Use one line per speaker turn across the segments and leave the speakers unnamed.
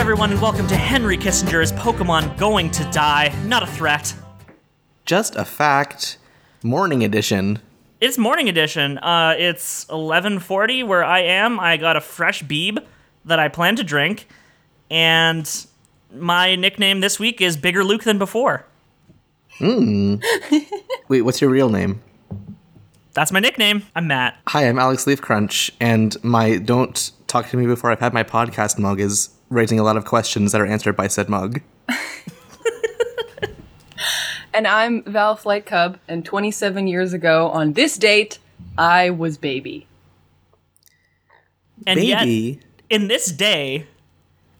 everyone, and welcome to Henry Kissinger is Pokemon Going to Die? Not a threat.
Just a fact. Morning edition.
It's morning edition. Uh, it's 11:40 where I am. I got a fresh beeb that I plan to drink, and my nickname this week is Bigger Luke than before.
Wait, what's your real name?
That's my nickname. I'm Matt.
Hi, I'm Alex Leafcrunch, and my don't talk to me before I've had my podcast mug is raising a lot of questions that are answered by said mug.
And I'm Val Flight Cub, and 27 years ago on this date, I was baby.
And yet,
Baby.
in this day,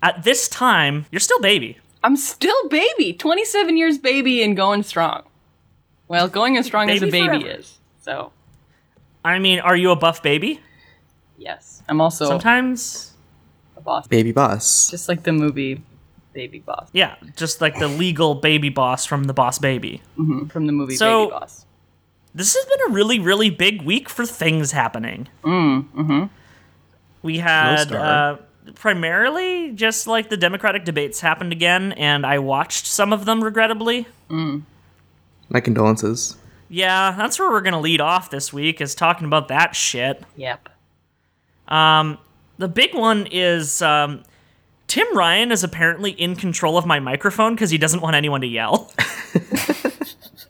at this time, you're still baby.
I'm still baby, 27 years baby and going strong. Well, going as strong as a
Baby
baby
forever.
is. So,
I mean, are you a buff baby?
yes. I'm also
Sometimes,
a boss.
Baby boss.
Just like the movie Baby Boss.
yeah, just like the legal baby boss from the Boss Baby.
mm, From the movie
So-
Baby Boss.
this has been a really really big week for things happening mm, mm-hmm. we had uh,
Star.
primarily just like the democratic debates happened again and i watched some of them regrettably
My condolences.
yeah that's where we're gonna lead off this week is talking about that shit
Yep.
the big one is um, tim ryan is apparently in control of my microphone because he doesn't want anyone to yell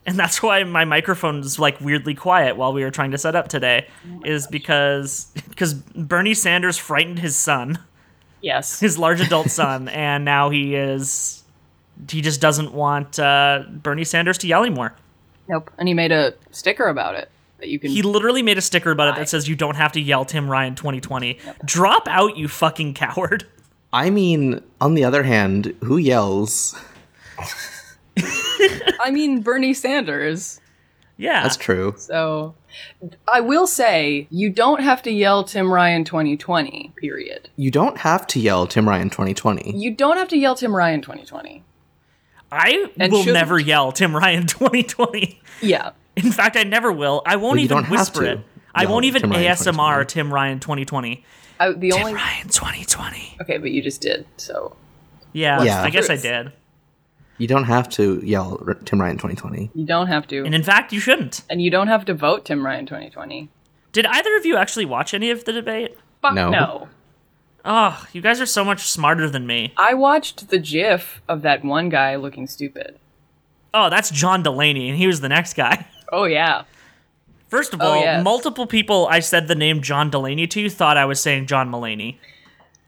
and that's why my microphone is like weirdly quiet while we were trying to set up today is because because bernie sanders frightened his son
Yes.
his large adult son and now he is he just doesn't want uh, bernie sanders to yell anymore
nope. And he made a sticker about it that you can.
he literally made a sticker about it that says you don't have to yell tim ryan 2020 drop out you fucking coward
I mean, on the other hand, who yells?
I mean, Bernie Sanders.
yeah
That's true.
So, I will say, you don't have to yell Tim Ryan 2020, period.
You don't have to yell Tim Ryan 2020.
You don't have to yell Tim Ryan 2020.
I
And
will
shouldn't.
never yell Tim Ryan 2020.
Yeah.
In fact, I never will. I won't
you
even
don't have
whisper
to
it. I
yell
won't even
Tim Ryan
ASMR Tim Ryan 2020.
I, the only
Tim Ryan 2020.
okay, but you just did. So
Yeah,
Yeah.
I guess I
Truth.
did.
You don't have to yell R- Tim Ryan 2020.
you don't have to,
And in fact, you shouldn't.
and you don't have to vote Tim Ryan 2020.
Did either of you actually watch any of the debate?
Fuck
No.
no.
Oh, you guys are so much smarter than me.
I watched the GIF of that one guy looking stupid.
Oh, that's John Delaney, and he was the next guy.
Oh yeah.
First of
Oh,
all,
yes.
multiple people I said the name John Delaney to thought I was saying John Mulaney.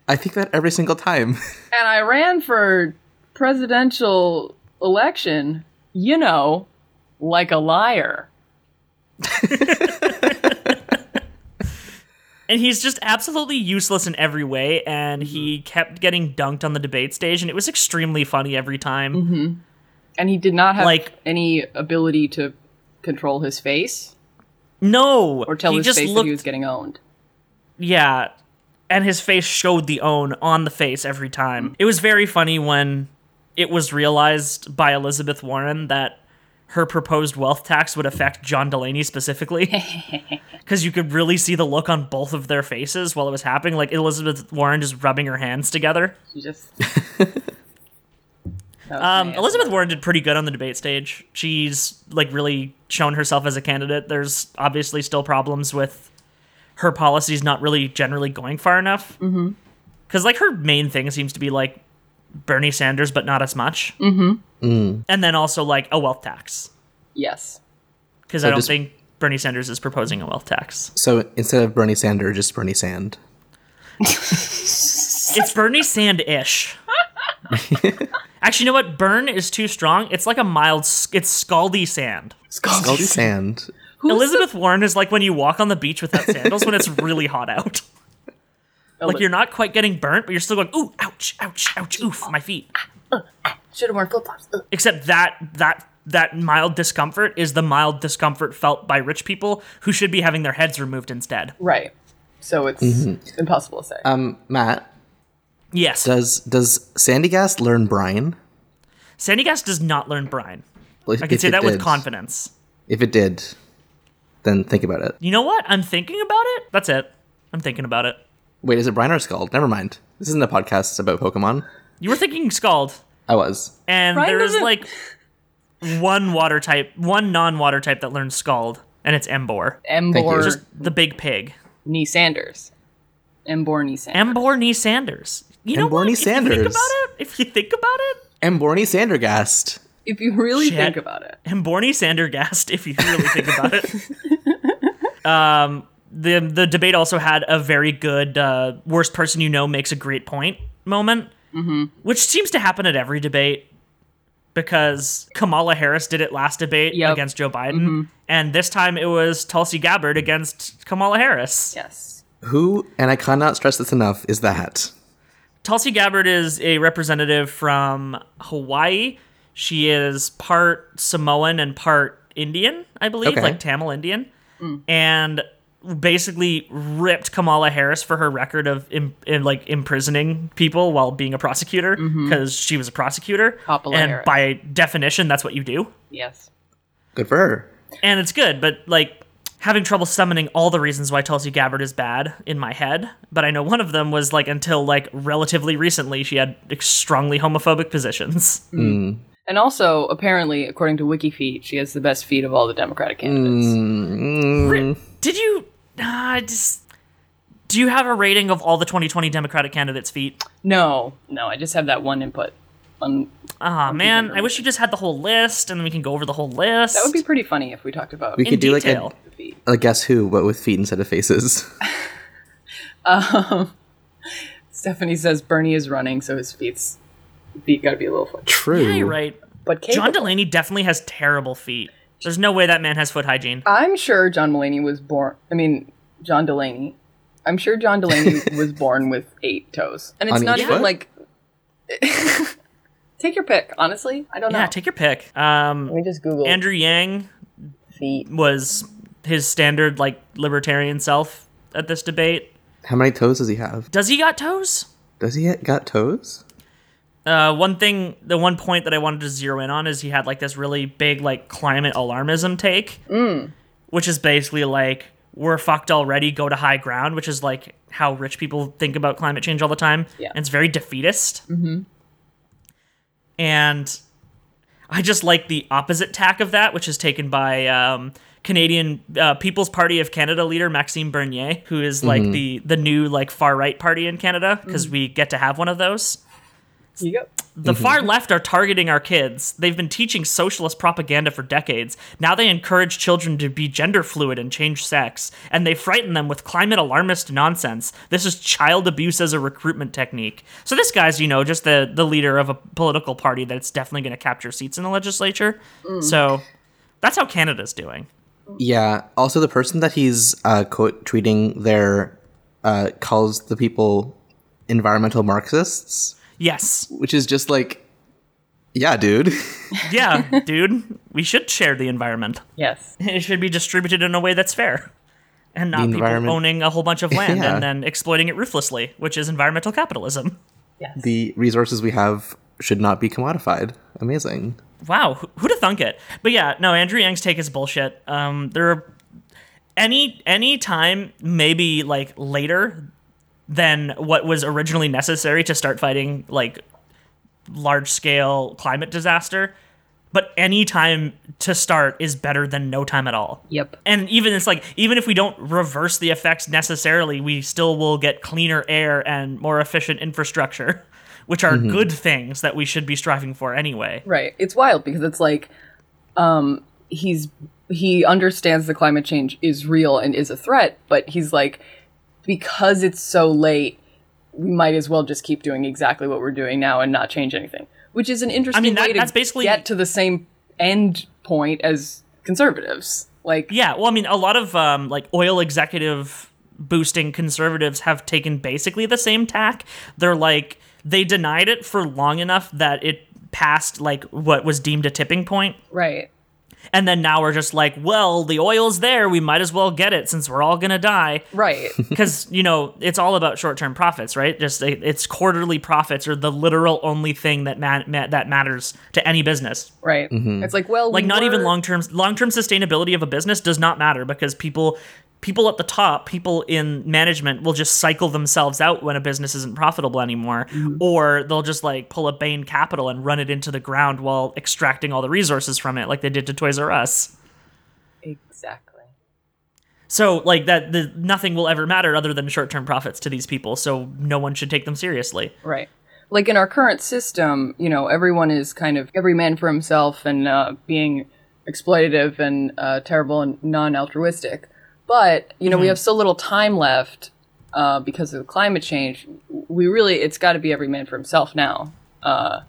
I think that every single time.
And I ran for presidential election, you know, like a liar.
And he's just absolutely useless in every way, and
Mm-hmm.
he kept getting dunked on the debate stage, and it was extremely funny every time.
Mm-hmm. And he did not have
Like-
any ability to control his face
No,
or tell
he
his
just
face
looked,
that he was getting owned.
yeah, and his face showed the own on the face every
Mm-hmm.
time. It was very funny when it was realized by Elizabeth Warren that her proposed wealth tax would affect John Delaney specifically, because you could really see the look on both of their faces while it was happening. Like Elizabeth Warren just rubbing her hands together.
He just.
Um, Elizabeth Warren did pretty good on the debate stage. She's like really shown herself as a candidate. There's obviously still problems with her policies not really generally going far enough. Because like her main thing seems to be like Bernie Sanders, but not as much. Mm-hmm. And then also like a wealth tax,
Yes.
because
So
I don't
just-
think Bernie Sanders is proposing a wealth tax.
So instead of Bernie Sanders, just Bernie Sand.
It's Bernie Sand ish. Actually, you know what? Burn is too strong. It's like a mild. s- It's scaldy sand.
Scaldy Sand.
Who's
Elizabeth Warren is like when you walk on the beach without sandals when it's really hot out. Like you're not quite getting burnt, but you're still going, ooh, ouch, ouch, ouch, oof, my feet.
Should have worn flip flops.
Except that that that mild discomfort is the mild discomfort felt by rich people who should be having their heads removed instead.
Right. So it's impossible to say.
Mm-hmm. Um, Matt,
Yes.
does does Sandy Gas learn Brian?
Sandy Gas does not learn brine.
Well, if-
I can
if
say
it
that with
did-
confidence.
If it did, then think about it.
You know what? I'm thinking about it. That's it. I'm thinking about it.
Wait, is it Brian or Scald? Never mind. This isn't a podcast about Pokemon.
You were thinking Scald,
I was.
and
Ryan
there is
doesn't-
like one water type, one non-water type that learns Scald, and it's Embor,
you.
Embor
Just-
the big pig.
Nee Sanders. Embor Nee Sanders.
Embor Nee Sanders. You know
Embor
what?
Nee
If you think
Sanders.
about it, if you think about it,
Amborny Sandergast.
if you really
Shit.
think about it.
Emborny Sandergast, if you really think about it. um, the the debate also had a very good uh, worst person you know makes a great point moment, which seems to happen at every debate because Kamala Harris did it last debate
Yep.
against Joe Biden, and this time it was Tulsi Gabbard against Kamala Harris.
Yes.
Who, and I cannot stress this enough, is that?
Tulsi Gabbard is a representative from Hawaii. She is part Samoan and part Indian, I believe,
Okay.
like Tamil Indian,
Hmm.
and basically ripped Kamala Harris for her record of im- in, like imprisoning people while being a prosecutor because she was a prosecutor,
Mm-hmm. Kamala
and
Harris.
by definition, that's what you do.
Yes.
Good for her.
And it's good, but like having trouble summoning all the reasons why Tulsi Gabbard is bad in my head. But I know one of them was like until like relatively recently, she had ex- strongly homophobic positions.
And also, apparently, according to WikiFeet, she has the best feet of all the Democratic candidates.
Mm.
Ri- Did you? Ah, I just. Do you have a rating of all the 2020 Democratic candidates' feet?
No, no, I just have that one input. On,
Ah, man, I wish you just had the whole list, and then we can go over the whole list.
that would be pretty funny if we talked about
We
in
could do
detail.
like
the feet.
a, a guess who, but with feet instead of faces.
Um, Stephanie says Bernie is running, so his feet's feet got to be a little foot.
True.
Yeah, you're right.
But Kate,
John Delaney definitely has terrible feet. There's no way that man has foot hygiene.
I'm sure John Mulaney was born. I mean, John Delaney. I'm sure John Delaney was born with eight toes, and it's
On
not
each
even
foot?
like. take your pick. Honestly, I don't
Yeah,
know.
take your pick. Um,
Let me just Google
Andrew Yang
feet.
was his standard like libertarian self at this debate.
How many toes does he have?
Does he got toes?
Does he got toes?
Uh, one thing, the one point that I wanted to zero in on is he had like this really big like climate alarmism take, which is basically like we're fucked already, go to high ground, which is like how rich people think about climate change all the time.
Yeah.
and it's very defeatist. Mm-hmm. And I just like the opposite tack of that, which is taken by um, Canadian uh, People's Party of Canada leader Maxime Bernier, who is like the the new like far right party in Canada because we get to have one of those.
Here you go.
The far left are targeting our kids. They've been teaching socialist propaganda for decades. Now they encourage children to be gender fluid and change sex, and they frighten them with climate alarmist nonsense. This is child abuse as a recruitment technique. So this guy's, you know, just the the leader of a political party that's definitely going to capture seats in the legislature. So that's how Canada's doing.
Yeah. Also, the person that he's uh, quote tweeting there uh, calls the people environmental Marxists,
Yes.
which is just like, yeah, dude.
Yeah, dude, we should share the environment.
Yes.
it should be distributed in a way that's fair and not people
environment-
owning a whole bunch of land
Yeah.
and then exploiting it ruthlessly which is environmental capitalism
Yes.
the resources we have should not be commodified. Amazing.
wow who- who'd have thunk it but yeah no andrew yang's take is bullshit um there are any any time maybe like later than what was originally necessary to start fighting like large scale climate disaster but any time to start is better than no time at all
yep.
and even it's like even if we don't reverse the effects necessarily we still will get cleaner air and more efficient infrastructure which are good things that we should be striving for anyway
Right. It's wild because it's like um he's he understands the climate change is real and is a threat, but he's like because it's so late, we might as well just keep doing exactly what we're doing now and not change anything. Which is an interesting
that-
way to
that's basically-
get to the same end point as conservatives. Like
yeah well i mean a lot of um, like oil executive boosting conservatives have taken basically the same tack they're like they denied it for long enough that it passed like what was deemed a tipping point
right.
and then now we're just like well the oil's there we might as well get it since we're all gonna die
Right.
because you know it's all about short-term profits right just it- it's quarterly profits are the literal only thing that ma- ma- that matters to any business
right. It's like well
like
we
not even
were-
long-term long-term sustainability of a business does not matter because people people at the top, people in management will just cycle themselves out when a business isn't profitable anymore, or they'll just like pull a Bain Capital and run it into the ground while extracting all the resources from it, like they did to Toys R Us.
Exactly.
So like that, the, nothing will ever matter other than short-term profits to these people. So no one should take them seriously.
Right. Like in our current system, you know, everyone is kind of every man for himself and uh, being exploitative and uh, terrible and non altruistic. But, you know, we have so little time left uh, because of climate change. We really, it's got to be every man for himself now, uh,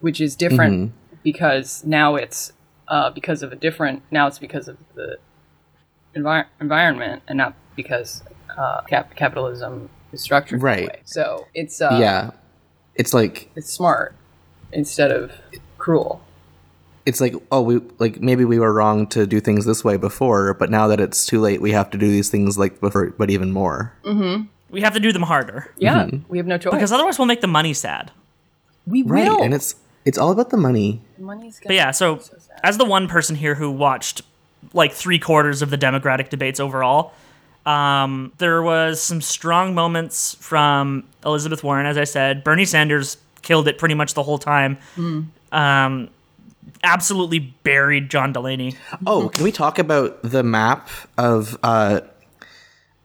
which is different
Mm-hmm.
because now it's uh, because of a different, now it's because of the envir- environment and not because uh, cap- capitalism is structured that
Right.
way. So it's uh,
yeah. It's like
it's smart instead of cruel.
it's like oh we like maybe we were wrong to do things this way before, but now that it's too late, we have to do these things like before, but even more.
Mm-hmm.
We have to do them harder
Yeah, we have no choice.
because otherwise we'll make the money sad.
we
Right,
will.
and it's it's all about the money.
Money's
But yeah, so as the one person here who watched like three quarters of the Democratic debates overall, um, there was some strong moments from Elizabeth Warren, as I said. Bernie Sanders killed it pretty much the whole time. Um, absolutely buried John Delaney.
Mm-hmm.
Oh, can we talk about the map of uh,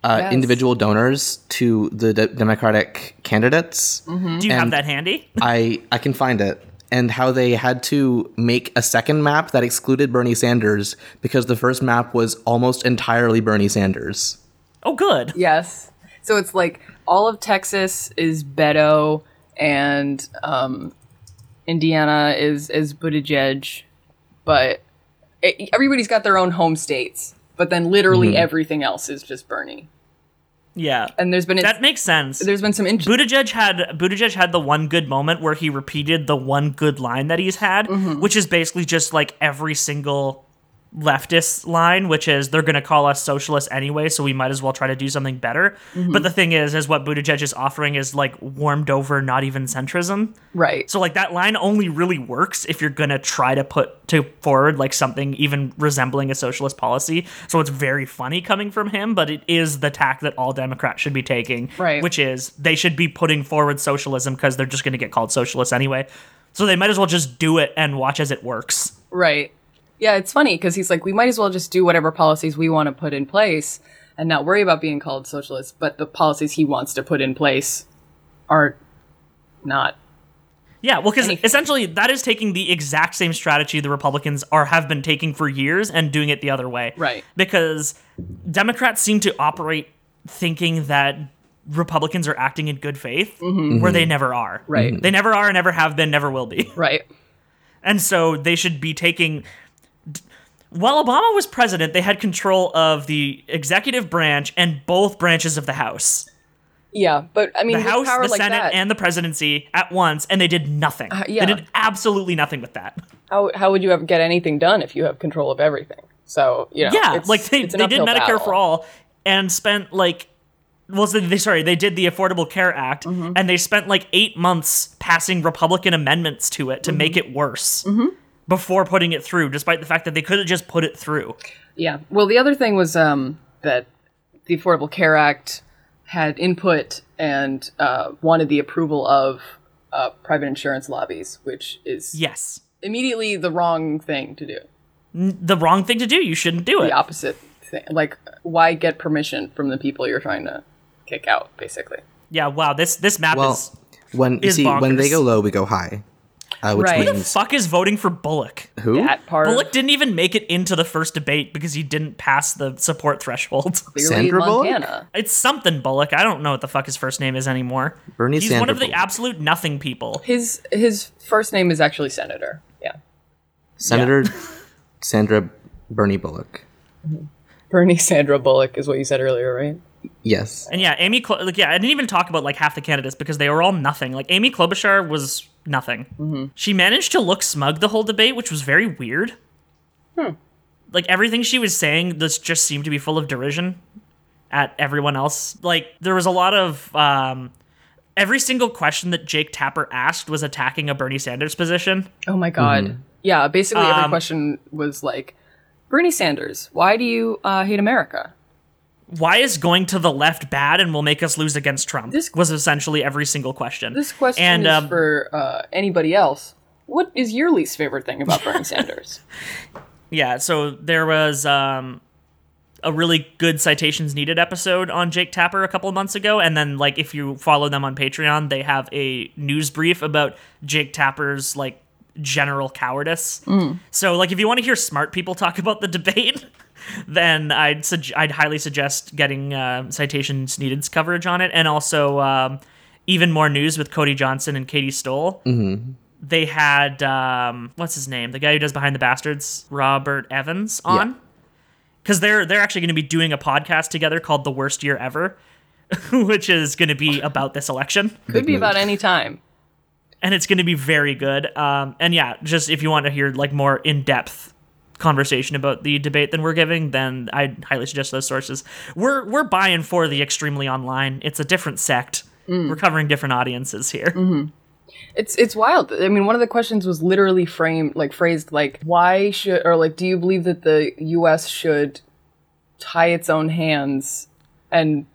uh,
Yes.
individual donors to the de- Democratic candidates?
Do you have
And-
that handy?
I I can find it. And how they had to make a second map that excluded Bernie Sanders because the first map was almost entirely Bernie Sanders.
Oh, good.
yes. So it's like all of Texas is Beto, and um, Indiana is is Buttigieg, but it, everybody's got their own home states. But then literally everything else is just Bernie.
Yeah.
And there's been
That makes sense.
there's been some interesting.
Buttigieg had Buttigieg had the one good moment where he repeated the one good line that he's had, which is basically just like every single leftist line, which is they're going to call us socialists anyway, so we might as well try to do something better. But the thing is, is what Buttigieg is offering is like warmed over, not even centrism.
Right.
So like that line only really works if you're going to try to put to forward like something even resembling a socialist policy. So it's very funny coming from him, but it is the tack that all Democrats should be taking,
Right.
which is they should be putting forward socialism because they're just going to get called socialists anyway. So they might as well just do it and watch as it works.
Right. Yeah, it's funny because he's like, we might as well just do whatever policies we want to put in place and not worry about being called socialist, but the policies he wants to put in place are not.
Yeah, well, because
Anything.
essentially that is taking the exact same strategy the Republicans are have been taking for years and doing it the other way.
Right.
Because Democrats seem to operate thinking that Republicans are acting in good faith, where they never are.
Mm-hmm. Right.
They never are, never have been, never will be.
Right.
And so they should be taking. While Obama was president, they had control of the executive branch and both branches of the House.
Yeah, but I mean,
The
with
House,
power
the
like
Senate,
that, Uh,
and the presidency at once, and they did nothing.
yeah.
They did absolutely nothing with that.
how, how would you ever get anything done if you have control of everything? So, you know,
Yeah,
it's-
like they,
it's an
they did
uphill
Medicare
battle.
for all and spent like well so they sorry, they did the Affordable Care Act
Mm-hmm.
and they spent like 8 months passing Republican amendments to it to make
Mm-hmm.
it worse. Before putting it through, despite the fact that they could have just put it through.
Yeah. Well, the other thing was um, that the Affordable Care Act had input and uh, wanted the approval of uh, private insurance lobbies, which is
Yes.
immediately the wrong thing to do.
The wrong thing to do. You shouldn't do it.
The opposite thing. Like, why get permission from the people you're trying to kick out, basically?
Yeah, wow. This this map
Well,
is
when you
is
see when they
bonkers.
go low, we go high, uh, which
Right.
means
fuck is voting for Bullock.
who?
That part.
Bullock didn't even make it into the first debate because he didn't pass the support threshold.
clearly
Sandra Bullock?
Montana.
It's something Bullock. I don't know what the fuck his first name is anymore.
Bernie
He's one
Sandra
of the
Bullock.
absolute nothing people.
His his first name is actually Senator. Yeah,
Senator Sandra Bernie Bullock.
Bernie Sandra Bullock is what you said earlier, right?
Yes.
And yeah, Amy. Klo- like, yeah, I didn't even talk about like half the candidates because they were all nothing. Like Amy Klobuchar was nothing. She managed to look smug the whole debate, which was very weird. Hmm. Like everything she was saying, this just seemed to be full of derision at everyone else. Like there was a lot of um, every single question that Jake Tapper asked was attacking a Bernie Sanders position.
Oh my god.
Mm-hmm.
Yeah, basically every
Um,
question was like, Bernie Sanders, why do you uh, hate America?
why is going to the left bad and will make us lose against Trump?
This-
was essentially every single question.
This question
and
is
um,
for uh, anybody else. What is your least favorite thing about Bernie Sanders?
yeah, so there was um, a really good citations needed episode on Jake Tapper a couple of months ago, and then like if you follow them on Patreon, they have a news brief about Jake Tapper's like general cowardice. So like if you want to hear smart people talk about the debate. Then I'd sug- I'd highly suggest getting uh, citations needed's coverage on it, and also um, even more news with Cody Johnson and Katie Stoll. They had um, what's his name, the guy who does Behind the Bastards, Robert Evans, on because they're they're actually going to be doing a podcast together called "The Worst Year Ever," which is going to be about this election,
Could be
move.
about any time.
and it's going to be very good. Um, and yeah, just if you want to hear like more in depth conversation about the debate than we're giving, then I highly suggest those sources. We're we're buying for the extremely online. It's a different sect. We're covering different audiences here.
It's it's wild. I mean, one of the questions was literally framed like phrased like why should or like do you believe that the US should tie its own hands and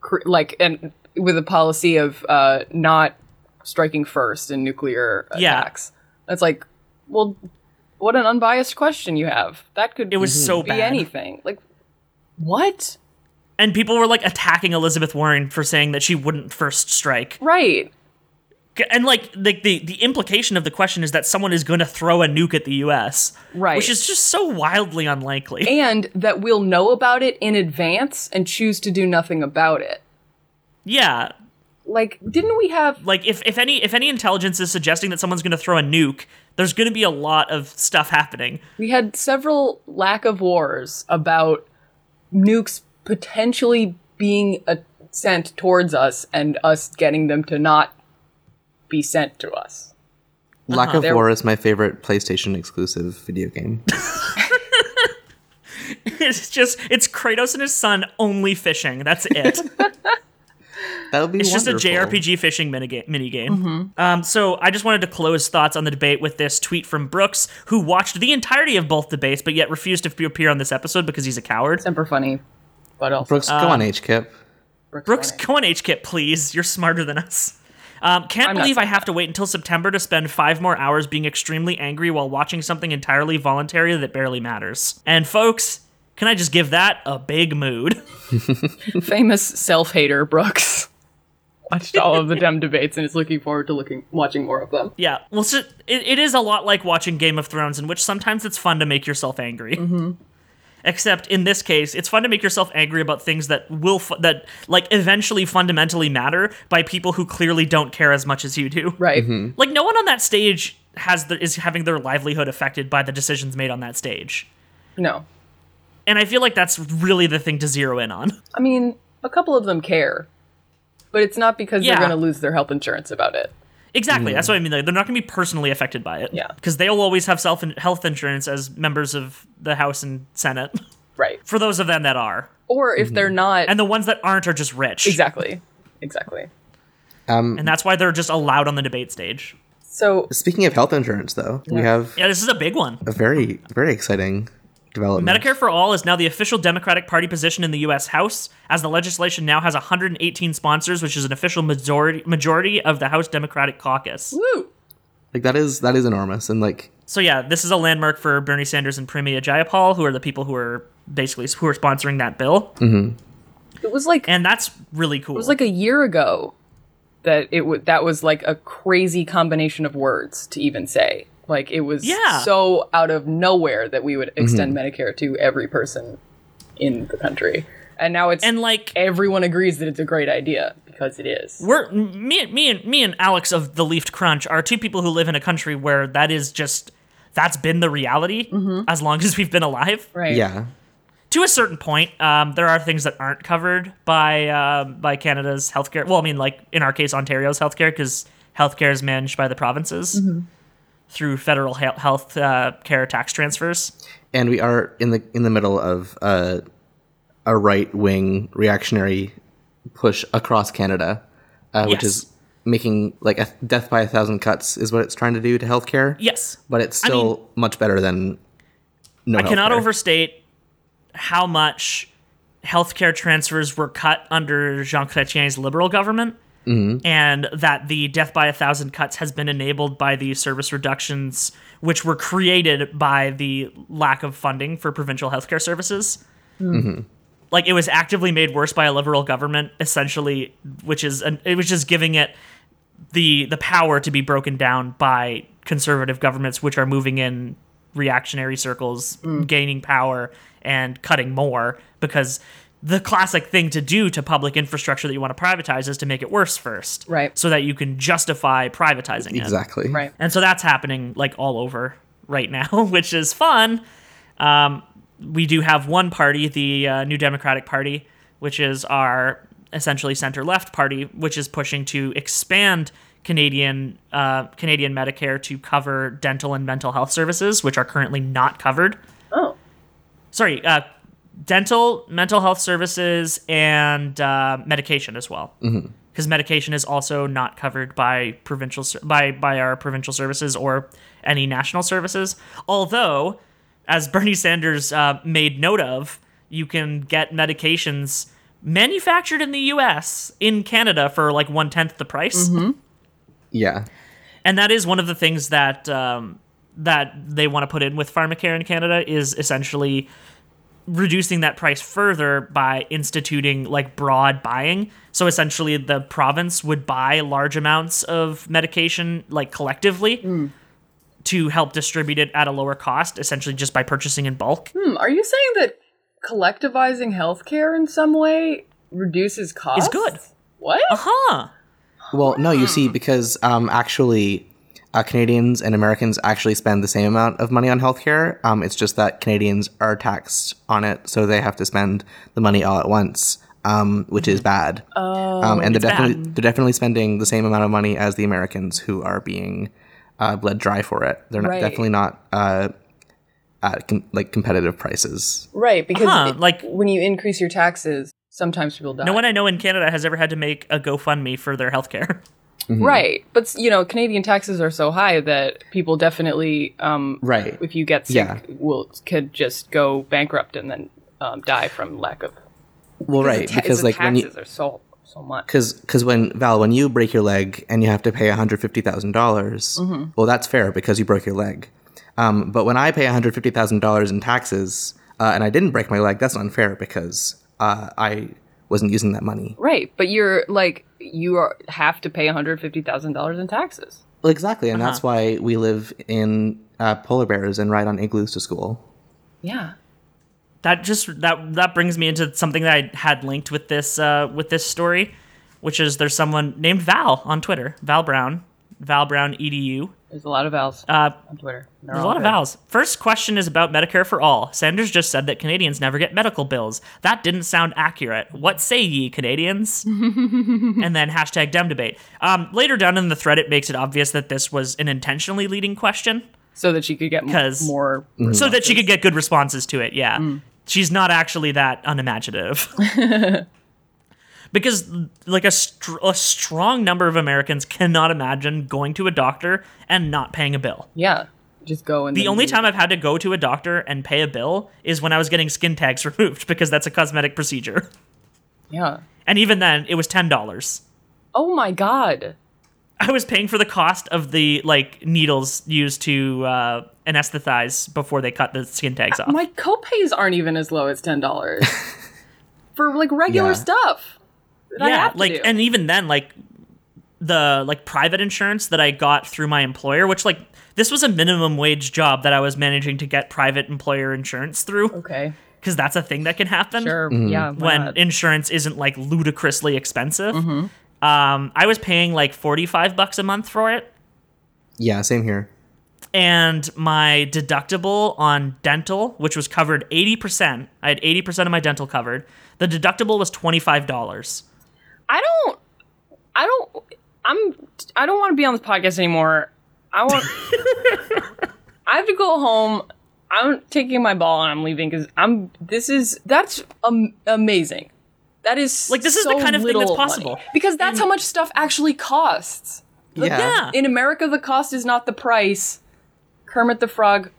cr- like and with a policy of uh not striking first in nuclear
Yeah.
attacks. That's like well what an unbiased question you have. That could
It was so
be
bad.
anything. Like what?
And people were like attacking Elizabeth Warren for saying that she wouldn't first strike.
Right.
and like the, the the implication of the question is that someone is going to throw a nuke at the U.S.
Right.
which is just so wildly unlikely.
And that we'll know about it in advance and choose to do nothing about it.
yeah,
like didn't we have
like if if any if any intelligence is suggesting that someone's going to throw a nuke, there's going to be a lot of stuff happening.
we had several lack of wars about nukes potentially being uh sent towards us and us getting them to not be sent to us
Uh-huh.
Lack of
There-
War is my favorite PlayStation exclusive video game.
it's just it's Kratos and his son only fishing. That's it.
That would be
It's
wonderful.
just a JRPG fishing miniga- minigame.
Mm-hmm.
Um, so I just wanted to close thoughts on the debate with this tweet from Brooks, who watched the entirety of both debates, but yet refused to appear on this episode because he's a coward.
semper funny but also
Brooks, go
uh,
on, HKIP.
Brooks,
funny.
go on HKIP, please. You're smarter than us. Um, can't
I'm not
believe I
smart.
have to wait until September to spend five more hours being extremely angry while watching something entirely voluntary that barely matters. And folks, can I just give that a big mood?
famous self-hater brooks watched all of the dem debates and is looking forward to looking watching more of them
yeah, well, so it, it is a lot like watching Game of Thrones, in which sometimes it's fun to make yourself angry. Except in this case, it's fun to make yourself angry about things that will fu- that like eventually fundamentally matter by people who clearly don't care as much as you do.
right
like no one on that stage has the, is having their livelihood affected by the decisions made on that stage
no
and i feel like that's really the thing to zero in on
i mean a couple of them care but it's not because
Yeah.
they're going to lose their health insurance about it
exactly that's what i mean like, they're not going to be personally affected by it
Yeah.
because they'll always have self health insurance as members of the house and senate
right
for those of them that are
or if they're not
and the ones that aren't are just rich
Exactly. Exactly.
and that's why they're just allowed on the debate stage
So
Speaking of health insurance, though, we have
yeah this is a big one
a very, very exciting development.
Medicare for All is now the official Democratic Party position in the U.S. House, as the legislation now has 118 sponsors, which is an official majority majority of the House Democratic Caucus.
woo.
Like that is that is enormous, and like
So yeah, this is a landmark for Bernie Sanders and Premier Jayapal, who are the people who are basically who are sponsoring that bill,
It was like it
and that's really cool.
Mm. was like a year ago that it would that was like a crazy combination of words to even say. Like it was
Yeah.
so out of nowhere that we would extend Medicare to every person in the country. And now it's
and like
everyone agrees that it's a great idea because it is.
we're me and me and me and Alex of the Leafed Crunch are two people who live in a country where that is just that's been the reality as long as we've been alive.
Right.
yeah,
to a certain point, um, there are things that aren't covered by uh, by Canada's healthcare. Well, I mean, like in our case, Ontario's healthcare, because healthcare is managed by the provinces through federal he- health uh, care tax transfers.
and we are in the in the middle of uh, a right wing reactionary push across Canada, uh, which
Yes.
is making like a death by a thousand cuts is what it's trying to do to healthcare.
Yes,
but it's still much better than no.
I cannot
healthcare.
overstate how much healthcare transfers were cut under Jean Chrétien's liberal government, and that the death by a thousand cuts has been enabled by the service reductions, which were created by the lack of funding for provincial healthcare services. Like it was actively made worse by a liberal government, essentially, which is an, it was just giving it the the power to be broken down by conservative governments which are moving in reactionary circles gaining power and cutting more because the classic thing to do to public infrastructure that you want to privatize is to make it worse first
Right.
so that you can justify privatizing it
Exactly.
Right.
and so that's happening like all over right now, which is fun. Um, we do have one party, the uh, New Democratic Party, which is our essentially center left party, which is pushing to expand Canadian uh, Canadian Medicare to cover dental and mental health services, which are currently not covered.
Oh.
Sorry, uh, dental, mental health services, and uh, medication as well because medication is also not covered by provincial ser- by by our provincial services or any national services. Although, as Bernie Sanders uh, made note of, you can get medications manufactured in the U.S. in Canada for like one tenth the price,
Yeah.
and that is one of the things that um, that they want to put in with pharmacare in Canada is essentially reducing that price further by instituting like broad buying. So essentially, the province would buy large amounts of medication, like collectively, to help distribute it at a lower cost, essentially just by purchasing in bulk.
Hmm, are you saying that collectivizing healthcare in some way reduces costs?
good.
What?
Huh.
Well, no, you
Hmm.
see, because um, actually, uh, Canadians and Americans actually spend the same amount of money on healthcare. Um, it's just that Canadians are taxed on it, so they have to spend the money all at once, um, which
Hmm.
is bad. Oh, um, and they're definitely they're definitely spending the same amount of money as the Americans who are being uh, bled dry for it. They're not,
Right.
definitely not uh, at com- like competitive prices.
Right, because
Uh-huh,
it-
like-
when you increase your taxes, sometimes people die.
No one I know in Canada has ever had to make a GoFundMe for their healthcare.
Mm-hmm.
Right, but you know, Canadian taxes are so high that people definitely, um,
Right.
if you get sick,
Yeah.
will could just go bankrupt and then um, die from lack of.
Well, right,
ta-
because
the
like when
taxes
you
are so so much.
because because when Val, when you break your leg and you have to pay one hundred fifty thousand dollars, well, that's fair because you broke your leg. Um, but when I pay one hundred fifty thousand dollars in taxes uh, and I didn't break my leg, that's unfair because uh, I wasn't using that money.
Right, but you're like you are have to pay one hundred fifty thousand dollars in taxes.
Well, exactly, and that's why we live in uh, polar bears and ride on igloos to school.
Yeah,
that just that that brings me into something that I had linked with this uh, with this story, which is there's someone named Val on Twitter, Val Brown, Val Brown Edu.
there's a lot of vowels
Uh,
on Twitter. They're
there's a
all
lot of
good.
vowels. First question is about Medicare for all. Sanders just said that Canadians never get medical bills. That didn't sound accurate. What say ye, Canadians? and then hashtag Dem debate. Um, later down in the thread, it makes it obvious that this was an intentionally leading question.
so that she could get m-
'Cause-
more.
Mm-hmm.
so that she could get good responses to it. Yeah. She's not actually that unimaginative. because like a, str- a strong number of Americans cannot imagine going to a doctor and not paying a bill.
Yeah, just go and
The
then
only
do-
time I've had to go to a doctor and pay a bill is when I was getting skin tags removed because that's a cosmetic procedure.
Yeah.
And even then, it was $10.
Oh my god.
I was paying for the cost of the like needles used to uh, anesthetize before they cut the skin tags off.
Uh, My copays aren't even as low as ten dollars for like regular
Yeah.
stuff. That I have to
like
do.
and even then like the like private insurance that I got through my employer, which like this was a minimum wage job that I was managing to get private employer insurance through
okay,
because that's a thing that can happen
Oh. sure, yeah. why
when
not?
insurance isn't like ludicrously expensive.
Mm-hmm.
Um, I was paying like 45 bucks a month for it
Yeah, same here.
and my deductible on dental, which was covered 80%. I had 80% of my dental covered. The deductible was $25.
I don't, I don't, I'm, I don't want to be on this podcast anymore. I want, I have to go home. I'm taking my ball and I'm leaving because I'm. This is that's um, amazing. That is
Like, this is the
so
kind of thing that's
little money.
possible.
because that's how much stuff actually costs.
Yeah.
yeah.
In America, the cost is not the price. Kermit the Frog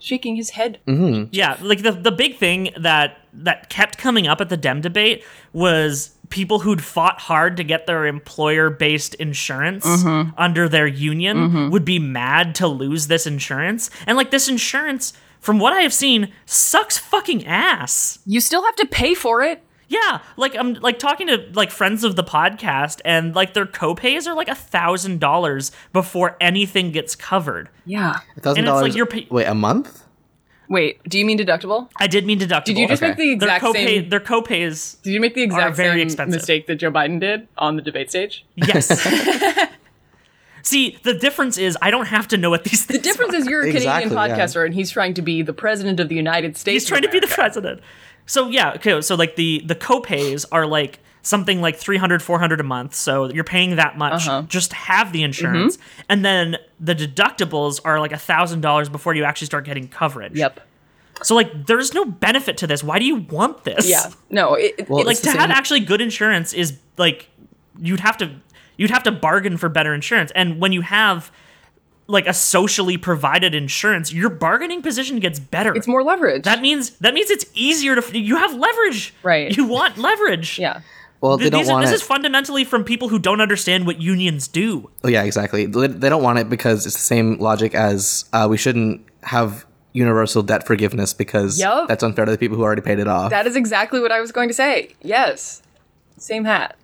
shaking his head.
Mm-hmm.
Yeah, like the the big thing that that kept coming up at the Dem debate was people who'd fought hard to get their employer-based insurance
Mm-hmm.
under their union would be mad to lose this insurance. And like this insurance from what I have seen sucks fucking ass.
You still have to pay for it.
Yeah, like I'm like talking to like friends of the podcast and like their copays are like a thousand dollars before anything gets covered.
Yeah.
thousand
it's like
dollars.
you're pay-
Wait, a month?
Wait, do you mean deductible?
I did mean deductible.
Did you just
Okay.
make the
their
exact
copay
same?
their copays
Did you make the exact
very
same
expensive.
mistake that Joe Biden did on the debate stage?
Yes. See, the difference is I don't have to know what these things
The difference is you're a
Exactly,
Canadian
yeah.
podcaster, and he's trying to be the president of the United States.
He's trying to be the president. So yeah, okay, so like the the copays are like something like 300 400 a month. So you're paying that much
Uh-huh.
just to have the insurance.
Mm-hmm.
And then the deductibles are like $1000 before you actually start getting coverage.
Yep.
So like there's no benefit to this. Why do you want this?
Yeah. No. It, it-
Well,
it-
Like
It's the
to have
same-
actually good insurance is like you'd have to you'd have to bargain for better insurance. And when you have like a socially provided insurance, your bargaining position gets better.
it's more leverage.
that means that means it's easier to you have leverage.
Right.
You want leverage.
yeah.
Well, they
Th-
don't
these are-
want
this
it.
is fundamentally from people who don't understand what unions do.
Oh, yeah, exactly. They they don't want it because it's the same logic as uh, we shouldn't have universal debt forgiveness because
Yup.
that's unfair to the people who already paid it off.
That is exactly what I was going to say. Yes. Same hat.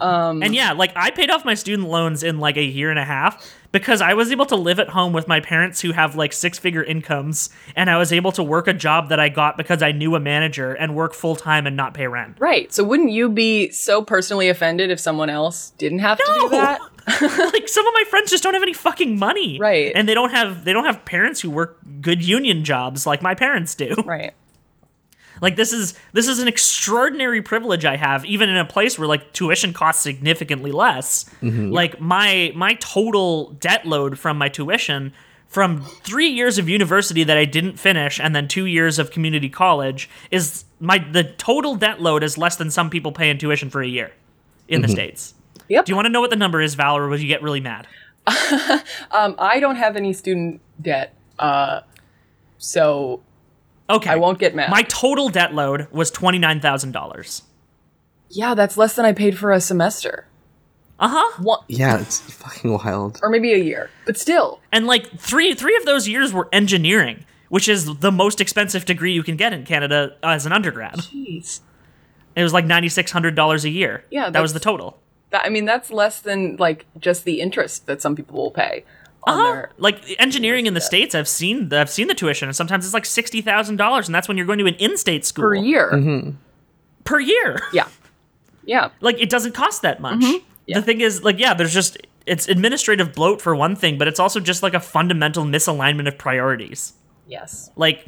And yeah, like I paid off my student loans in like a year and a half because I was able to live at home with my parents who have like six figure incomes. And I was able to work a job that I got because I knew a manager and work full time and not pay rent.
Right. So wouldn't you be so personally offended if someone else didn't have to do that?
like some of my friends just don't have any fucking money.
Right.
And they don't have they don't have parents who work good union jobs like my parents do.
Right.
Like this is this is an extraordinary privilege I have, even in a place where like tuition costs significantly less. Like my my total debt load from my tuition from three years of university that I didn't finish and then two years of community college is my the total debt load is less than some people pay in tuition for a year in the States.
Yep.
Do you want to know what the number is, Val, or will you get really mad?
Um, I don't have any student debt. Uh, so
Okay.
I won't get mad.
my total debt load was twenty nine thousand dollars.
yeah, that's less than I paid for a semester.
Uh huh.
One
yeah, it's fucking wild.
or maybe a year. But still.
and like three three of those years were engineering which is the most expensive degree you can get in canada as an undergrad
Jeez.
it was like $9600 a year
Yeah,
that was the
that's-
total
That, I mean, that's less than like just the interest that some people will pay on
uh-huh.
their
like engineering in the states i've seen the, i've seen the tuition and sometimes it's like $60000 and that's when you're going to an in-state school
per year.
per year
Yeah. Yeah.
like it doesn't cost that much
Mm-hmm. Yeah.
the thing is like yeah there's just it's administrative bloat for one thing but it's also just like a fundamental misalignment of priorities
Yes.
like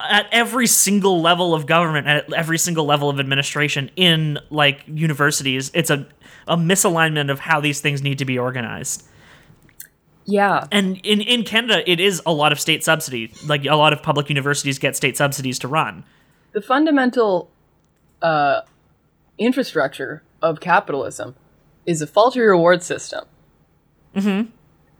at every single level of government at every single level of administration in like universities it's a, a misalignment of how these things need to be organized
Yeah.
and in, in canada it is a lot of state subsidy like a lot of public universities get state subsidies to run
the fundamental uh, infrastructure of capitalism is a faulty reward system. Mm-hmm.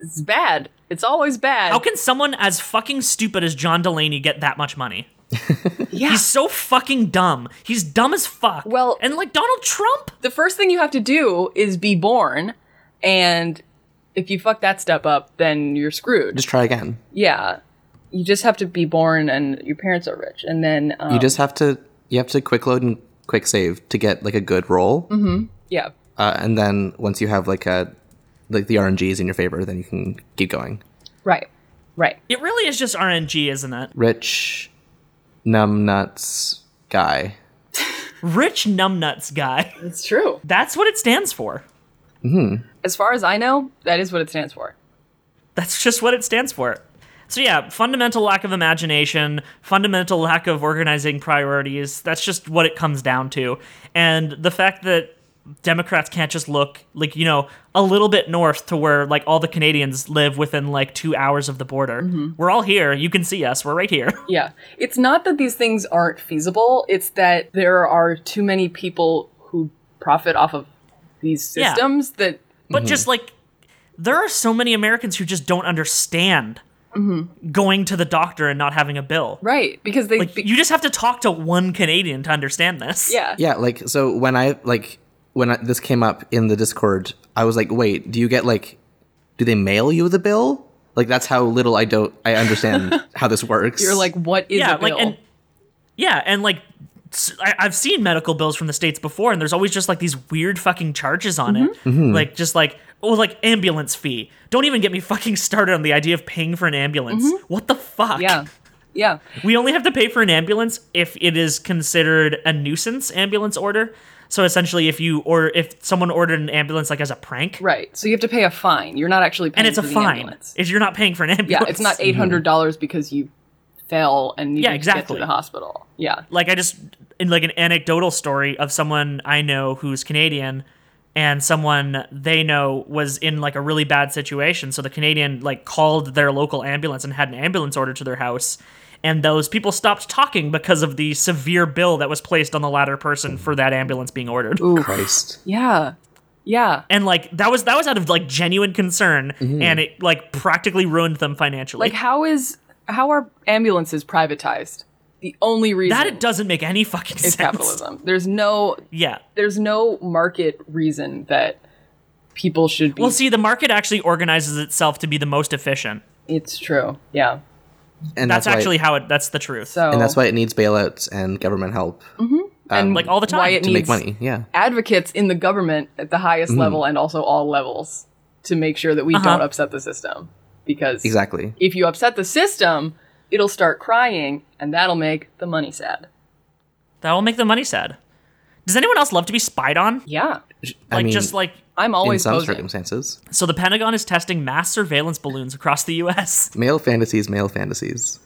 It's bad. It's always bad.
how can someone as fucking stupid as john delaney get that much money
Yeah.
he's so fucking dumb he's dumb as fuck
Well-
and like donald trump
the first thing you have to do is be born, and if you fuck that step up, then you're screwed.
Just try again.
yeah. You just have to be born, and your parents are rich, and then um,
You just have to. You have to quick load and quick save to get like a good roll,
Mm-hmm. yeah.
uh, and then once you have like a like the RNG is in your favor, then you can keep going.
Right. Right.
it really is just rng isn't it
Rich, numb nuts guy.
rich numbnuts guy
It's true.
that's what it stands for
As far as I know, that is what it stands for.
That's just what it stands for. So yeah, fundamental lack of imagination, fundamental lack of organizing priorities. That's just what it comes down to. And the fact that Democrats can't just look like, you know, a little bit north to where like all the Canadians live within like 2 hours of the border.
Mm-hmm.
We're all here. You can see us. We're right here.
Yeah. It's not that these things aren't feasible, it's that there are too many people who profit off of these
Yeah.
systems that
But just like there are so many Americans who just don't understand going to the doctor and not having a bill.
Mm-hmm. Right. Because they.
Like
be-
you just have to talk to one Canadian to understand this.
yeah.
Yeah, like so when I like when I, this came up in the Discord, I was like, "Wait, do you get like do they mail you the bill?" Like that's how little I don't I understand how this works.
You're like, what is
yeah,
a bill?
like and yeah, and like s- I, have seen medical bills from the states before, and there's always just like these weird fucking charges on it,
Mm-hmm.
like just like oh, like ambulance fee. Don't even get me fucking started on the idea of paying for an ambulance. What the fuck?
Mm-hmm. yeah. Yeah.
we only have to pay for an ambulance if it is considered a nuisance ambulance order. So essentially, if you or if someone ordered an ambulance like as a prank,
Right. So you have to pay a fine. You're not actually paying
and it's a
for the
fine,
ambulance.
if you're not paying for an
Yeah,
ambulance,
it's not eight hundred dollars because you fell and needed
Yeah,
to get
exactly.
to the hospital. Yeah,
like I just in like an anecdotal story of someone I know who's Canadian and someone they know was in like a really bad situation so the Canadian like called their local ambulance and had an ambulance ordered to their house and those people stopped talking because of the severe bill that was placed on the latter person for that ambulance being ordered
Christ.
yeah, yeah.
and like that was that was out of like genuine concern and it like practically ruined them financially
Mm-hmm. Like how is how are ambulances privatized? The only reason
that it doesn't make any fucking
is
sense
capitalism. There's no
yeah
there's no market reason that people should be.
well see the market actually organizes itself to be the most efficient
it's true. Yeah.
And
that's,
why-
actually how it that's the truth
So
and that's why it needs bailouts and government help um,
and
like all the time
why it
to
to
needs
make money. Yeah.
advocates in the government at the highest
Mm-hmm.
level and also all levels to make sure that we
Uh-huh.
don't upset the system because
Exactly.
if you upset the system, it'll start crying, and that'll make the money sad.
that will make the money sad does anyone else love to be spied on like
Yeah,
I mean,
just like
I'm
in
always
some
posing.
circumstances,
so the pentagon is testing mass surveillance balloons across the us
male fantasies, male fantasies.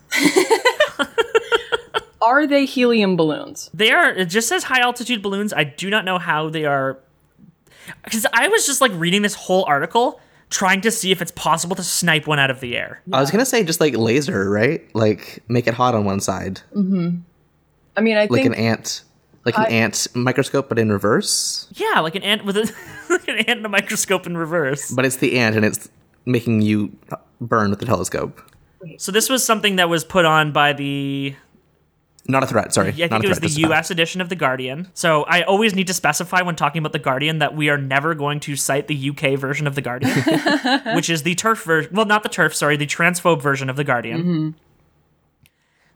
Are they helium balloons?
they are it just says high altitude balloons i do not know how they are because i was just like reading this whole article trying to see if it's possible to snipe one out of the air
I was gonna say just like laser, right? Like make it hot on one side,
Mm-hmm.
I mean, I
like
think
an ant, like an ant microscope, but in reverse.
yeah like an ant with a like an ant and a microscope in reverse
But it's the ant, and it's making you burn with the telescope.
so this was something that was put on by the
Not a threat. Sorry.
Yeah, I
not
think it
a
was
threat, just
the
a fact.
U.S. edition of the Guardian. So I always need to specify when talking about the Guardian that we are never going to cite the U.K. version of the Guardian, which is the turf version. Well, not the turf. Sorry, the transphobe version of the Guardian.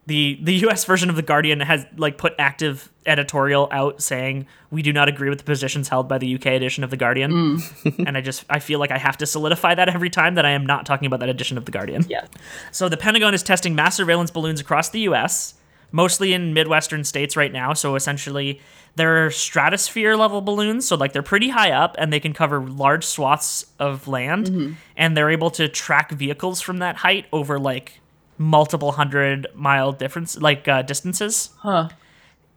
The the U.S. version of the Guardian has like put active editorial out saying we do not agree with the positions held by the U.K. edition of the Guardian, and I just I feel like I have to solidify that every time that I am not talking about that edition of the Guardian.
yeah,
So the Pentagon is testing mass surveillance balloons across the US, mostly in Midwestern states right now. So essentially, they're stratosphere level balloons. So, like, they're pretty high up and they can cover large swaths of land. And they're able to track vehicles from that height over like multiple hundred mile difference, like uh, distances.
Huh.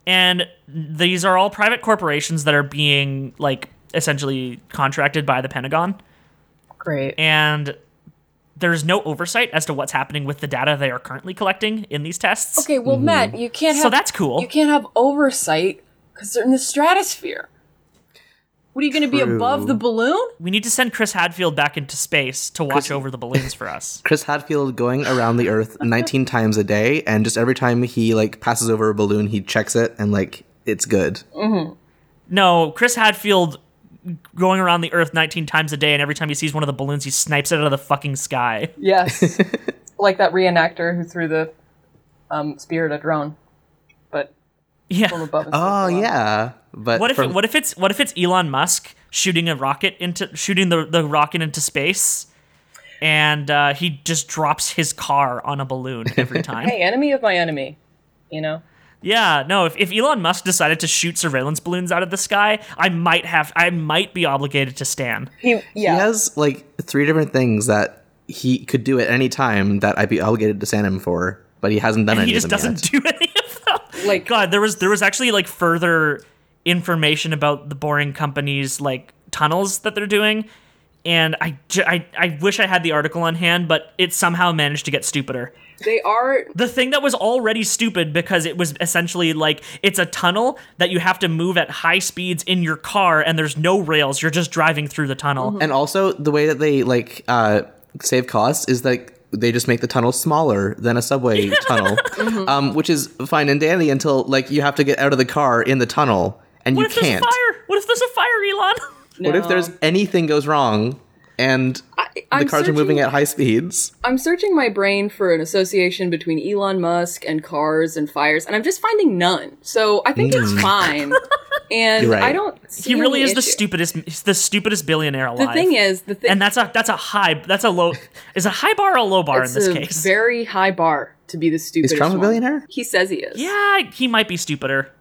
And these are all private corporations that are being like essentially contracted by the Pentagon
great.
and there's no oversight as to what's happening with the data they are currently collecting in these tests.
okay,
Mm-hmm.
well, Matt, you can't have
So that's cool.
You can't have oversight because they're in the stratosphere. What are you going to be
True.
above the balloon?
We need to send Chris Hadfield back into space to watch over the balloons for us.
Chris Hadfield going around the Earth 19 times a day, and just every time he like passes over a balloon, he checks it, and like it's good.
No, Chris Hadfield going around the Earth 19 times a day, and every time he sees one of the balloons, he snipes it out of the fucking sky.
Yes, like that reenactor who threw the um, spear at a drone, but from
Yeah.
above. instead of
Oh
below.
yeah, but
What if
from-
it, what if it's what if it's Elon Musk shooting a rocket into shooting the, the rocket into space, and uh, he just drops his car on a balloon every time?
Hey, enemy of my enemy. You know.
Yeah, no, if, if Elon Musk decided to shoot surveillance balloons out of the sky, I might have I might be obligated to stand.
He, yeah.
he has like three different things that he could do at any time that I'd be obligated to stand him for, but he hasn't done any
He just
of them
doesn't
yet.
do any of them.
Like-
God, there was there was actually like further information about the boring company's like tunnels that they're doing. And I, ju- I, I wish I had the article on hand, but it somehow managed to get stupider.
They are
the thing that was already stupid because it was essentially like it's a tunnel that you have to move at high speeds in your car and there's no rails you're just driving through the tunnel
And also the way that they like uh, save costs is like they just make the tunnel smaller than a subway tunnel, um, which is fine and dandy until like you have to get out of the car in the tunnel and
What
you
if there's
can't.
a fire? What if there's a fire, Elon?
What if
No.
there's anything goes wrong and
I,
the
I'm
cars
searching,
are moving at high speeds?
I'm searching my brain for an association between Elon Musk and cars and fires, and I'm just finding none. So I think it's fine. And
Mm. You're right.
I don't. See
he really
any
is the
issue.
stupidest. He's the stupidest billionaire alive.
The thing is, the thing
and that's a that's a high that's a low is a high bar or a low bar in
it's
this
a
case.
very high bar to be the stupidest.
Trump a
one.
billionaire?
He says he is.
yeah, he might be stupider.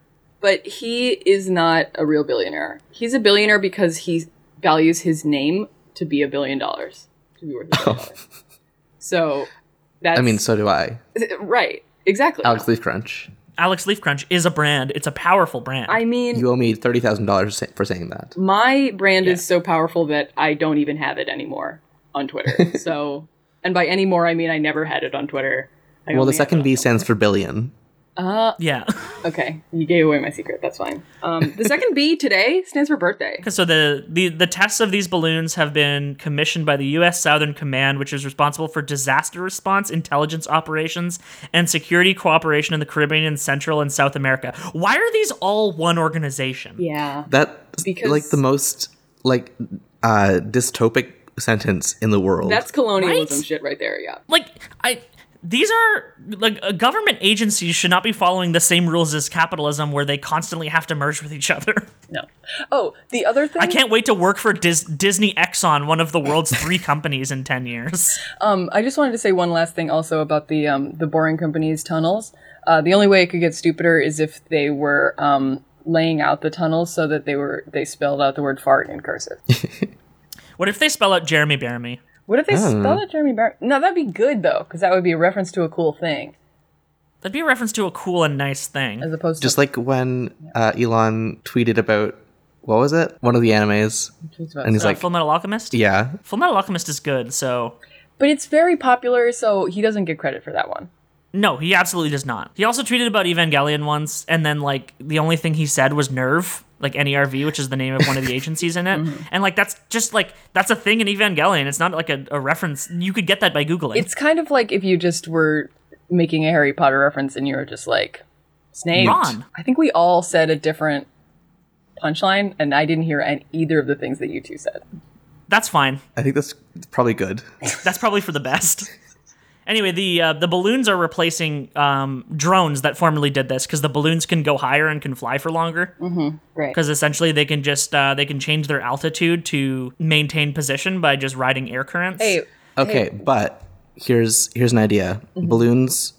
but he is not a real billionaire. He's a billionaire because he values his name to be a billion dollars to be worth. A billion dollars. So that's
I mean, so do I.
right, exactly.
Alex Leaf Crunch.
Alex Leaf Crunch is a brand. It's a powerful brand.
I mean,
You owe me thirty thousand dollars for saying that.
my brand is so powerful that I don't even have it anymore on Twitter. so, and by anymore, I mean I never had it on Twitter. I
Well,
only
the
have
second
it-
B stands for billion.
Uh,
yeah.
okay, you gave away my secret. That's fine. Um, the second B today stands for birthday.
so the, the the tests of these balloons have been commissioned by the U.S. Southern Command, which is responsible for disaster response, intelligence operations, and security cooperation in the Caribbean, Central, and South America. Why are these all one organization?
Yeah.
That's
Because-
like the most like uh dystopic sentence in the world.
That's colonialism
Right?
shit right there. Yeah.
Like I. These are like uh, government agencies should not be following the same rules as capitalism, where they constantly have to merge with each other.
No. Oh, the other thing.
I can't wait to work for Dis- Disney Exxon, one of the world's three companies, in ten years.
Um, I just wanted to say one last thing also about the um, the boring company's tunnels. Uh, the only way it could get stupider is if they were um, laying out the tunnels so that they were they spelled out the word fart in cursive.
What if they spell out Jeremy Baramy?
What if they spelled out Jeremy Bar? No, that'd be good though, because that would be a reference to a cool thing
That'd be a reference to a cool and nice thing.
as opposed
just
to
like when uh, Elon tweeted about what was it? One of the animes,
tweets about
and he's
Uh,
like,
Full Metal Alchemist?
"Yeah,
Full Metal Alchemist is good, so.
But it's very popular, so he doesn't get credit for that one.
No, he absolutely does not. He also tweeted about Evangelion once, and then, like, the only thing he said was Nerve, like NERV, which is the name of one of the agencies in it.
Mm-hmm.
And, like, that's just, like, that's a thing in Evangelion. It's not, like, a, a reference. You could get that by Googling.
It's kind of like if you just were making a Harry Potter reference and you were just like, Snape.
Ron.
I think we all said a different punchline, and I didn't hear an either of the things that you two said.
that's fine.
I think that's probably good."
That's probably for the best. Anyway, the uh, the balloons are replacing um, drones that formerly did this because the balloons can go higher and can fly for longer.
Mm-hmm. Right.
Because essentially, they can just uh, they can change their altitude to maintain position by just riding air currents.
Hey,
Okay, but here's here's an idea:
Mm-hmm.
balloons,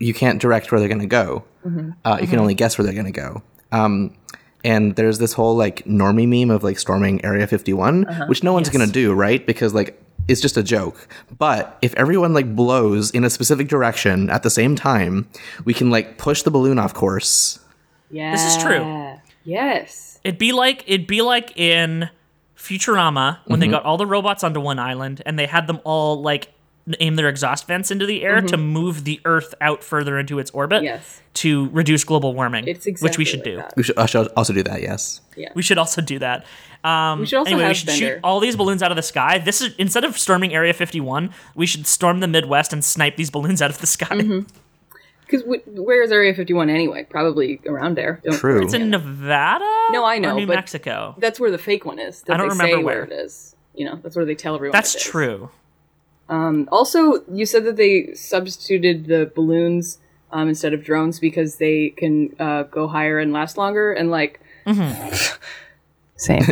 you can't direct where they're going to go.
Mm-hmm.
Uh, you can only guess where they're going to go. Um, and there's this whole like normie meme of like storming Area 51,
Uh-huh.
which no one's going to do, right? Because like it's just a joke. But if everyone like blows in a specific direction at the same time, we can like push the balloon off course.
yeah.
This is true.
Yes.
It'd be like it'd be like in Futurama when
Mm-hmm.
they got all the robots onto one island and they had them all like aim their exhaust vents into the air to move the Earth out further into its orbit
Mm-hmm. Yes.
to reduce global warming,
It's exactly
which we should
like
do.
that.
We should, I should also do that. Yes.
We should also do that. Um,
We should also
anyway, we
have
should shoot
Bender.
all these balloons out of the sky. This is instead of storming Area 51, we should storm the Midwest and snipe these balloons out of the sky.
Mm-hmm. Because w- where is Area 51 anyway? Probably around there. Don't-
True.
It's in Nevada.
No, I
Or
know,
New
but-
Mexico.
That's where the fake one is. That
I don't
they
remember
say
where.
it is. You know, that's where they tell everyone.
That's
it is.
true.
Um, also, you said that they substituted the balloons um, instead of drones because they can uh, go higher and last longer. And like,
Mm-hmm.
same.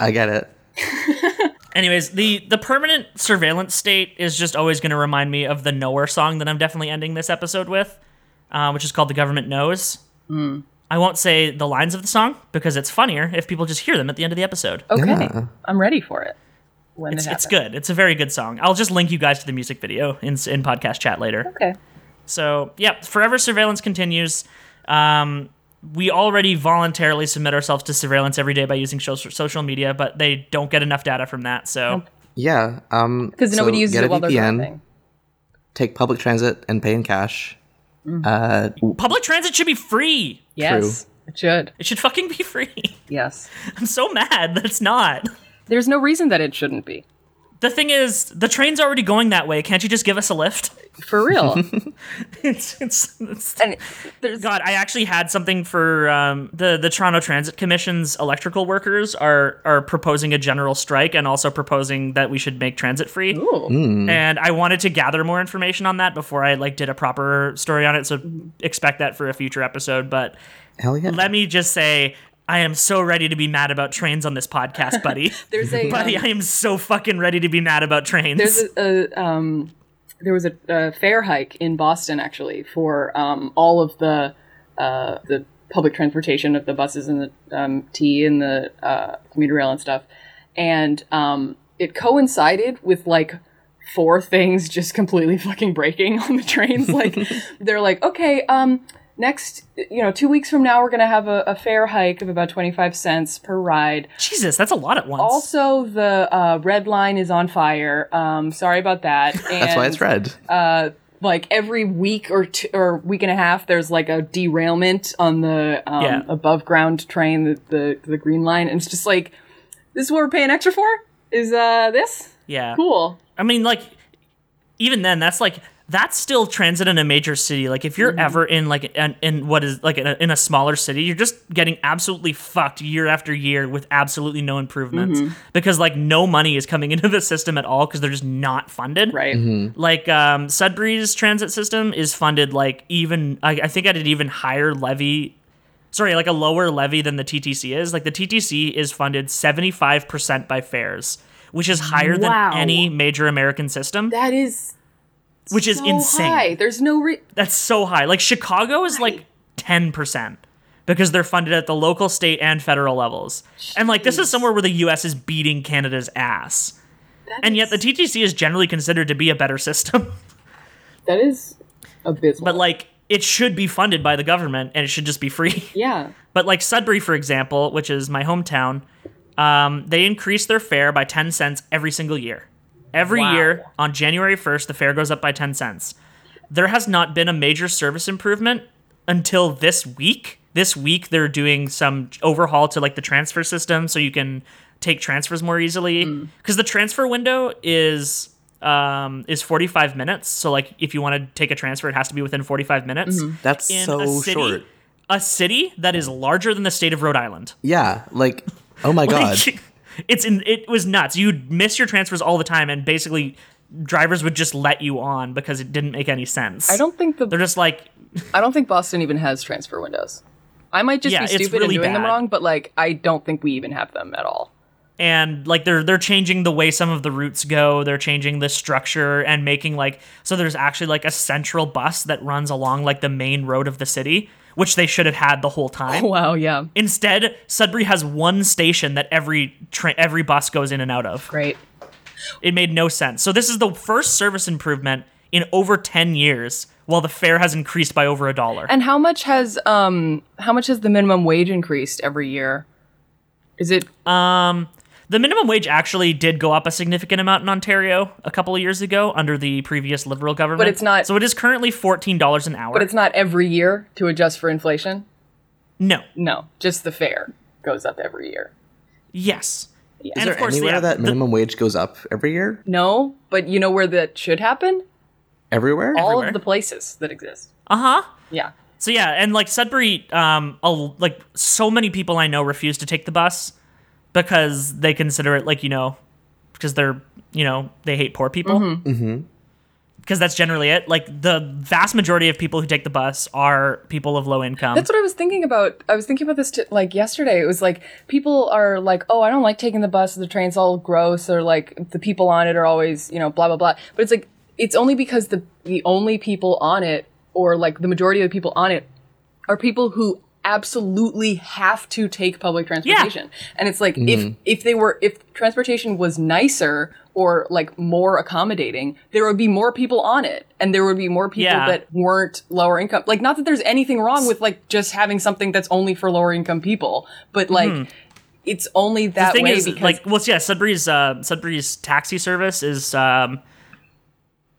I get it.
Anyways, the the permanent surveillance state is just always going to remind me of the nowhere song that I'm definitely ending this episode with, uh, which is called "The Government Knows." I won't say the lines of the song because it's funnier if people just hear them at the end of the episode.
Okay,
Yeah.
I'm ready for it. When
It's,
it
it's
happens.
good. It's a very good song. I'll just link you guys to the music video in in podcast chat later.
Okay.
So, yep, forever surveillance continues. Um, we already voluntarily submit ourselves to surveillance every day by using sho- social media, but they don't get enough data from that. So,
Yeah. Um.
Because
so
nobody uses
get
it
a
while they're
VPN.
driving.
take public transit and pay in cash.
public transit should be free.
Yes, it should.
It should fucking be free.
Yes.
I'm so mad that it's not.
There's no reason that it shouldn't be.
The thing is, the train's already going that way. Can't you just give us a lift?
for real.
it's, it's, it's,
and there's
God, I actually had something for um, the the Toronto Transit Commission's electrical workers are are proposing a general strike and also proposing that we should make transit free.
Ooh.
Mm.
And I wanted to gather more information on that before I like did a proper story on it. So expect that for a future episode. But
Hell yeah.
let me just say. I am so ready to be mad about trains on this podcast, buddy.
There's a,
buddy,
um,
I am so fucking ready to be mad about trains.
there's a, a um, there was a, a fare hike in Boston actually for um, all of the uh, the public transportation of the buses and the um, T and the uh, commuter rail and stuff, and um, it coincided with like four things just completely fucking breaking on the trains. Like they're like, okay, um, next, you know, two weeks from now we're gonna have a, a fare hike of about twenty five cents per ride.
Jesus, that's a lot at once.
Also, the uh, red line is on fire. Um, sorry about that. And,
That's why it's red.
Uh, like every week or t- or week and a half, there's like a derailment on the um,
Yeah.
above ground train, the, the the green line, and it's just like this is what we're paying extra for. Is uh this
yeah.
cool?
I mean, like, even then, that's like that's still transit in a major city. Like, if you're
Mm-hmm.
ever in like an, in what is like in a, in a smaller city, you're just getting absolutely fucked year after year with absolutely no improvements
Mm-hmm.
because like no money is coming into the system at all because they're just not funded.
Right.
Mm-hmm.
Like um, Sudbury's transit system is funded like even I, I think at an even higher levy. Sorry, like a lower levy than the TTC is. Like the TTC is funded seventy five percent by fares, which is higher
Wow.
than any major American system,
That is
which is
so
insane.
High. There's no re-
That's so high. Like Chicago is like ten percent because they're funded at the local, state, and federal levels. And like this is somewhere where the U.S. is beating Canada's ass,
that
and yet
is-
the TTC is generally considered to be a better system.
that is abysmal.
but like it should be funded by the government and it should just be free.
yeah,
but like Sudbury, for example, which is my hometown, um, they increase their fare by 10 cents every single year. Every
Wow.
year on January 1st, the fare goes up by 10 cents. There has not been a major service improvement until this week. This week, they're doing some overhaul to like the transfer system so you can take transfers more easily. Because the transfer window is um is 45 minutes so like if you want to take a transfer it has to be within 45 minutes
That's
in
so
a city,
short.
a city that is larger than the state of Rhode Island.
Yeah, like oh my god.
Like, it's in, it was nuts. You'd miss your transfers all the time, and basically drivers would just let you on because it didn't make any sense.
I don't think the
They're just like,
I don't think Boston even has transfer windows. I might just
Yeah,
be
it's
stupid
really
and doing them
bad.
wrong, but like I don't think we even have them at all.
and like they're they're changing the way some of the routes go. They're changing the structure and making like so. There's actually like a central bus that runs along like the main road of the city, which they should have had the whole time.
Wow, yeah.
Instead, Sudbury has one station that every tra- every bus goes in and out of.
Great.
It made no sense. So this is the first service improvement in over 10 years while the fare has increased by over a dollar.
And how much has um how much has the minimum wage increased every year? Is it
The minimum wage actually did go up a significant amount in Ontario a couple of years ago under the previous Liberal government.
it's not-
So it is currently $14 an hour.
but it's not every year to adjust for inflation?
no.
No, just the fare goes up every year.
Yes.
Is
and
there
of course,
anywhere
yeah,
that
the-
minimum wage goes up every year?
No, but you know where that should happen?
Everywhere?
All
Everywhere.
of the places that exist.
uh-huh.
Yeah.
So yeah, and like Sudbury, um, a, like so many people I know refuse to take the bus because they consider it like you know, because they're you know they hate poor people. Because that's generally it. Like the vast majority of people who take the bus are people of low income.
That's what I was thinking about. I was thinking about this t- like yesterday. It was like people are like, "Oh, I don't like taking the bus. The train's all gross," or like the people on it are always, you know, blah blah blah. But it's like it's only because the the only people on it, or like the majority of the people on it, are people who absolutely have to take public transportation. And it's like if if they were if transportation was nicer or like more accommodating, there would be more people on it and there would be more people
Yeah.
that weren't lower income. Like not that there's anything wrong with like just having something that's only for lower income people, but like it's only
Hmm. the
that
thing
way
is,
because
like, well, yeah, Sudbury's uh, Sudbury's taxi service is um,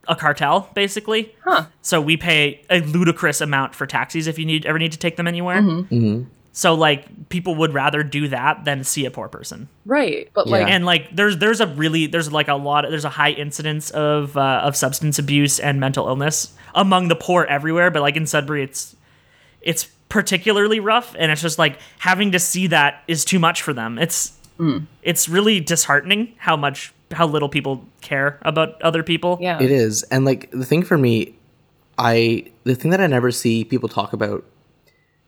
a cartel basically.
huh, Mm-hmm.
So we pay a ludicrous amount for taxis if you need ever need to take them anywhere. So like people would rather do that than see a poor person.
Right. But
Yeah.
like
And like there's there's a really there's like a lot there's a high incidence of uh, of substance abuse and mental illness among the poor everywhere, but like in Sudbury it's it's particularly rough and it's just like having to see that is too much for them. It's
Mm.
it's really disheartening how much how little people care about other people.
yeah.
It is. And like the thing for me, I the thing that I never see people talk about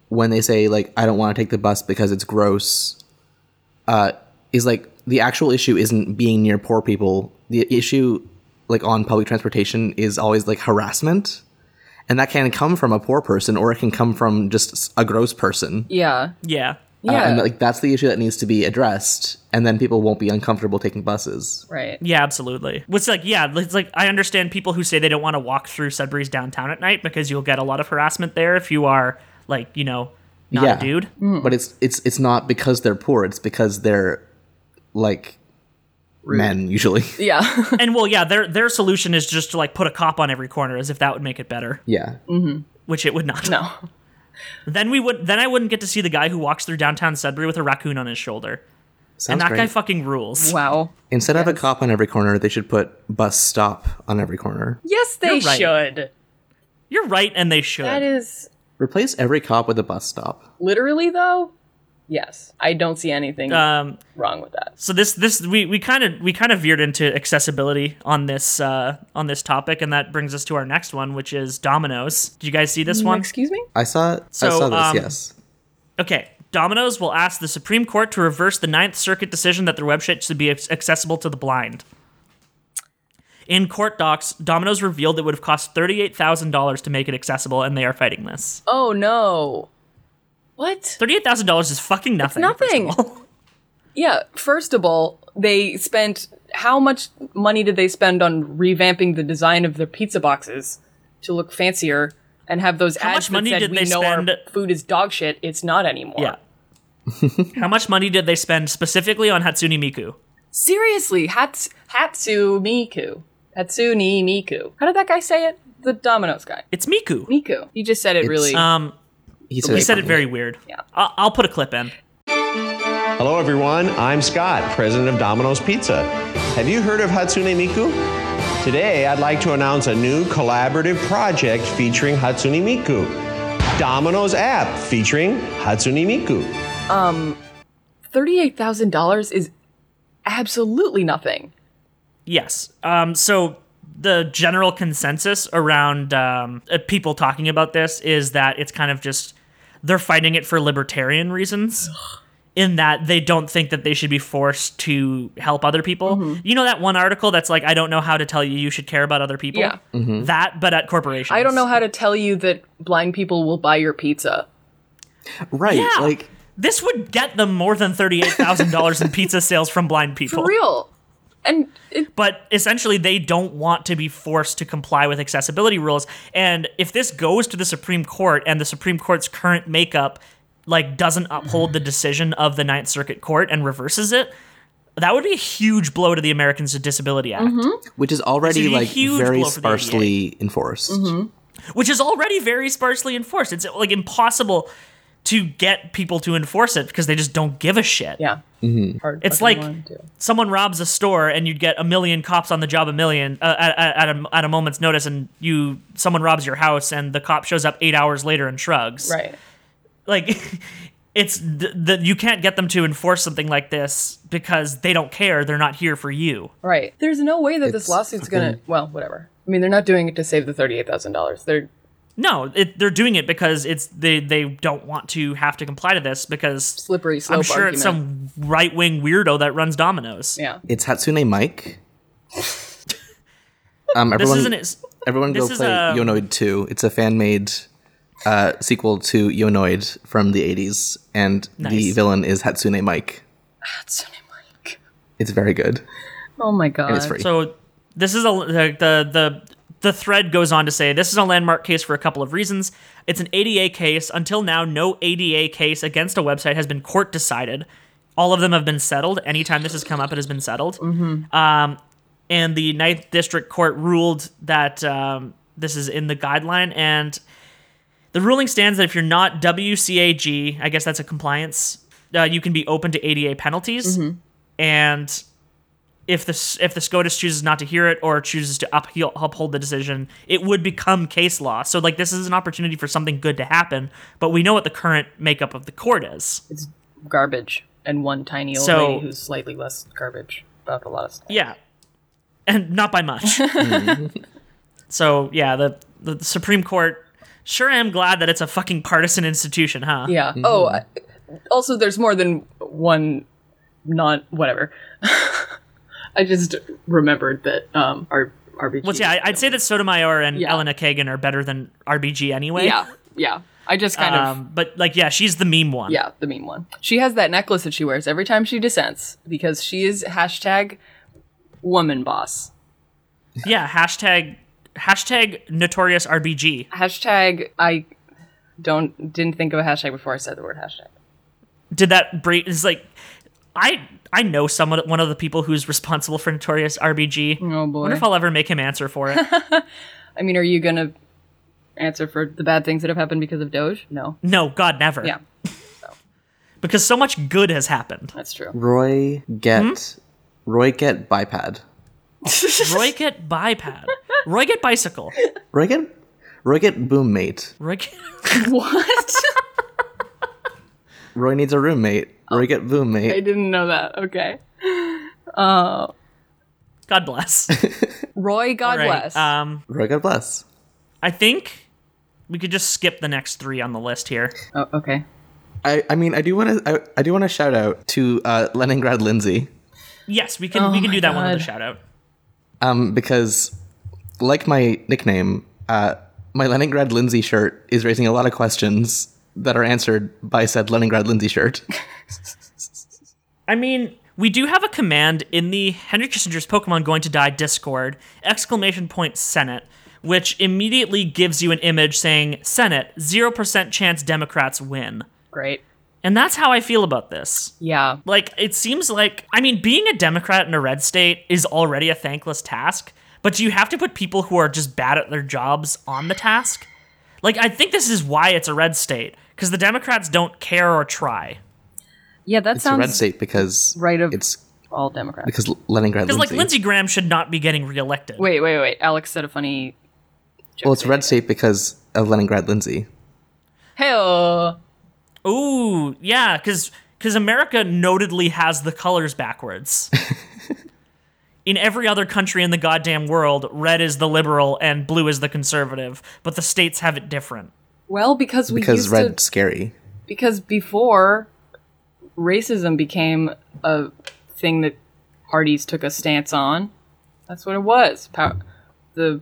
when they say like I don't want to take the bus because it's gross uh is like the actual issue isn't being near poor people. The issue like on public transportation is always like harassment. And that can come from a poor person or it can come from just s- a gross person.
yeah.
Yeah.
Uh,
Yeah.
and like that's the issue that needs to be addressed and then people won't be uncomfortable taking buses.
right.
Yeah, absolutely. What's like, yeah, it's like I understand people who say they don't want to walk through Sudbury's downtown at night because you'll get a lot of harassment there if you are like, you know, not
Yeah.
a dude.
but it's it's it's not because they're poor it's because they're like men usually
Yeah.
and well, yeah, their their solution is just to like put a cop on every corner as if that would make it better,
yeah
which it would not.
no.
Then we would then I wouldn't get to see the guy who walks through downtown Sudbury with a raccoon on his shoulder. and
sounds
that
great
guy fucking rules.
Wow.
instead of a cop on every corner they should put bus stop on every corner
Yes, they
You're right.
should.
You're right and they should.
That is
replace every cop with a bus stop
literally though. Yes, I don't see anything
um
wrong with that.
so this this we we kind of we kind of veered into accessibility on this uh on this topic and that brings us to our next one which is Domino's. Did you guys see this one?
Excuse me.
i saw i
So,
saw this
um,
yes
Okay. Domino's will ask the Supreme Court to reverse the Ninth Circuit decision that their website should be ac- accessible to the blind. In court docs, Domino's revealed it would have cost $38,000 to make it accessible, and they are fighting this.
Oh no. What?
$38,000 is fucking nothing. first of
nothing.
all.
Yeah. First of all, they spent how much money did they spend on revamping the design of their pizza boxes to look fancier and have those
How much
ads that
money
said
did
we
they
know
spend-
our food is dog shit? It's not anymore.
yeah. How much money did they spend specifically on Hatsune Miku?
Seriously, Hats Hatsu Miku. Hatsune Miku. How did that guy say it? The Domino's guy.
It's Miku.
Miku. You just said it really.
Um,
he
he said it
funny.
very weird.
Yeah.
I- I'll put a clip in.
Hello, everyone. I'm Scott, president of Domino's Pizza. Have you heard of Hatsune Miku? Today, I'd like to announce a new collaborative project featuring Hatsune Miku Domino's app featuring Hatsune Miku.
$38,000 is absolutely nothing.
Yes. Um, so the general consensus around um, uh, people talking about this is that it's kind of just they're fighting it for libertarian reasons. In that they don't think that they should be forced to help other people.
Mm-hmm.
You know that one article that's like, I don't know how to tell you you should care about other people.
Yeah.
That, but at corporations.
I don't know how to tell you that blind people will buy your pizza.
right
Yeah.
like
This would get them more than thirty-eight thousand dollars in pizza sales from blind people.
For real. And it,
but essentially they don't want to be forced to comply with accessibility rules and if this goes to the supreme court and the supreme court's current makeup like doesn't uphold the decision of the ninth circuit court and reverses it that would be a huge blow to the americans with disability act
which is
It's
already
a
like
huge
very
blow for the ADA.
sparsely enforced
which is already very sparsely enforced it's like impossible to get people to enforce it because they just don't give a shit
yeah.
Mm-hmm.
Hard
It's
fucking
like-
one to do.
someone robs a store and you'd get a million cops on the job a million uh, at, at, at, a, at a moment's notice and you someone robs your house and the cop shows up eight hours later and shrugs
Right.
like it's th- that you can't get them to enforce something like this because they don't care they're not here for you
Right. There's no way that
It's
this lawsuit's
fucking-
going to. Well, whatever. I mean, they're not doing it to save the $38,000. They're.
no it, they're doing it because it's they, they don't want to have to comply to this because
Slippery slope
i'm sure
argument.
it's some right-wing weirdo that runs dominoes
Yeah.
it's hatsune mike um
this
everyone
isn't it's,
Everyone go
This is um,
play
a-
Yonoid 2. It's a fan made uh, sequel to Yonoid from the 80s, and the
Nice.
villain is Hatsune Mike.
Hatsune Miku.
It's very good.
Oh my God.
It's free.
So this is a the the the, the thread goes on to say this is a landmark case for a couple of reasons. It's an ADA case. Until now, no ADA case against a website has been court decided. All of them have been settled. Anytime this has come up, it has been settled. Um, and the Ninth District Court ruled that um, this is in the guideline, and the The ruling stands that if you're not WCAG, I guess that's a compliance, uh, you can be open to ADA penalties. And if the s- if the SCOTUS chooses not to hear it or chooses to upheal, uphold the decision, it would become case law. So like this is an opportunity for something good to happen, but we know what the current makeup of the court is.
It's garbage, and one tiny old
So-
lady who's slightly less garbage about a lot of stuff.
Yeah, and not by much. so yeah, the the Supreme Court. Sure, am glad that it's a fucking partisan institution, huh?
Yeah.
Mm-hmm.
Oh, I- also, there's more than one non whatever. I just remembered that um, our RBG.
Well, yeah, I- I'd say that Sotomayor and
Yeah.
Elena Kagan are better than RBG anyway.
yeah, yeah. I just kind of
Um, but like, yeah, she's the meme one.
Yeah, the mean one. She has that necklace that she wears every time she dissents because she is hashtag woman boss.
Yeah. Hashtag hashtag notorious RBG.
Hashtag I don't didn't think of a hashtag before I said the word hashtag.
Did that break? Is like, I I know someone one of the people who's responsible for notorious RBG.
Oh boy.
wonder if I'll ever make him answer for it.
I mean, are you gonna answer for the bad things that have happened because of Doge? No.
no, God, never.
Yeah,
Because so much good has happened.
that's true.
Roy get
Hmm?
Roy get biped.
Roy get biped. Roy get bicycle.
Roy get Roy get boom mate.
Roy get.
what?
Roy needs a roommate. Roy get boom
I
mate.
didn't know that. Okay.
God bless.
Roy, God
Right,
bless.
Um,
Roy God bless.
I think we could just skip the next three on the list here.
oh, okay.
I, I mean I do want to I, I do want to shout out to uh, Leningrad Lindsay
Yes, we can we can do that one with a
Oh God.
shout out.
um, because like my nickname uh, my Leningrad Lindsay shirt is raising a lot of questions that are answered by said Leningrad Lindsay shirt.
I mean, we do have a command in the Henry Kissinger's Pokemon Going to Die Discord, exclamation point Senate, which immediately gives you an image saying, Senate, 0% chance Democrats win.
Great.
And that's how I feel about this.
Yeah.
Like, it seems like, I mean, being a Democrat in a red state is already a thankless task, but do you have to put people who are just bad at their jobs on the task? Like, I think this is why it's a red state, because the Democrats don't care or try.
Yeah, that
It's a
sounds
red state because
right of-
it's
all Democrats.
because Leningrad
Because,
Lindsay.
like, Lindsey Graham should not be getting reelected.
Wait, wait, wait. Alex said a funny.
well, it's red state because of Leningrad Lindsay.
Hey.
Ooh, yeah, because America notedly has the colors backwards. in every other country in the goddamn world, red is the liberal and blue is the conservative, but the states have it different.
Well, because we
Because
used
red's
to,
scary.
because before racism became a thing that parties took a stance on. That's what it was. Pow- the